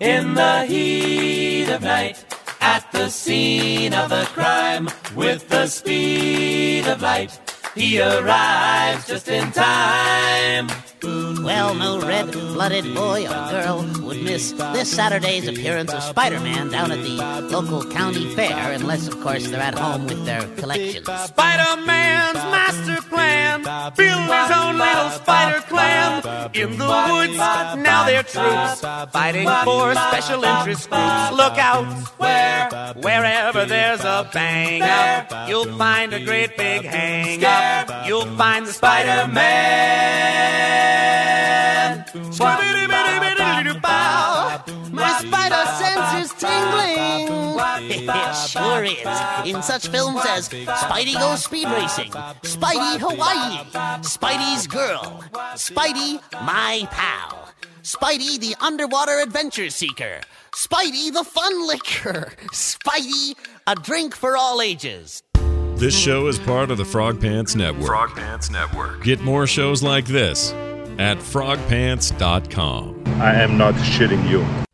In the heat of night, at the scene of a crime, with the speed of light, he arrives just in time. Well, no red blooded boy or girl would miss this Saturday's appearance of Spider Man down at the local county fair, unless, of course, they're at home with their collections. Spider Man's master plan. Build his own little spider clan. In the woods, now they're troops. Fighting for special interest groups. Look out, where, wherever there's a bang up, you'll find a great big hang up. You'll find the Spider Man. My spider sense is tingling. It sure is. In such films as Spidey Goes Speed Racing, Spidey Hawaii, Spidey's Girl, Spidey My Pal, Spidey the Underwater Adventure Seeker, Spidey the Fun Licker, Spidey A Drink for All Ages. This show is part of the Frog Pants Network. Frog Pants Network. Get more shows like this at frogpants.com. I am not shitting you.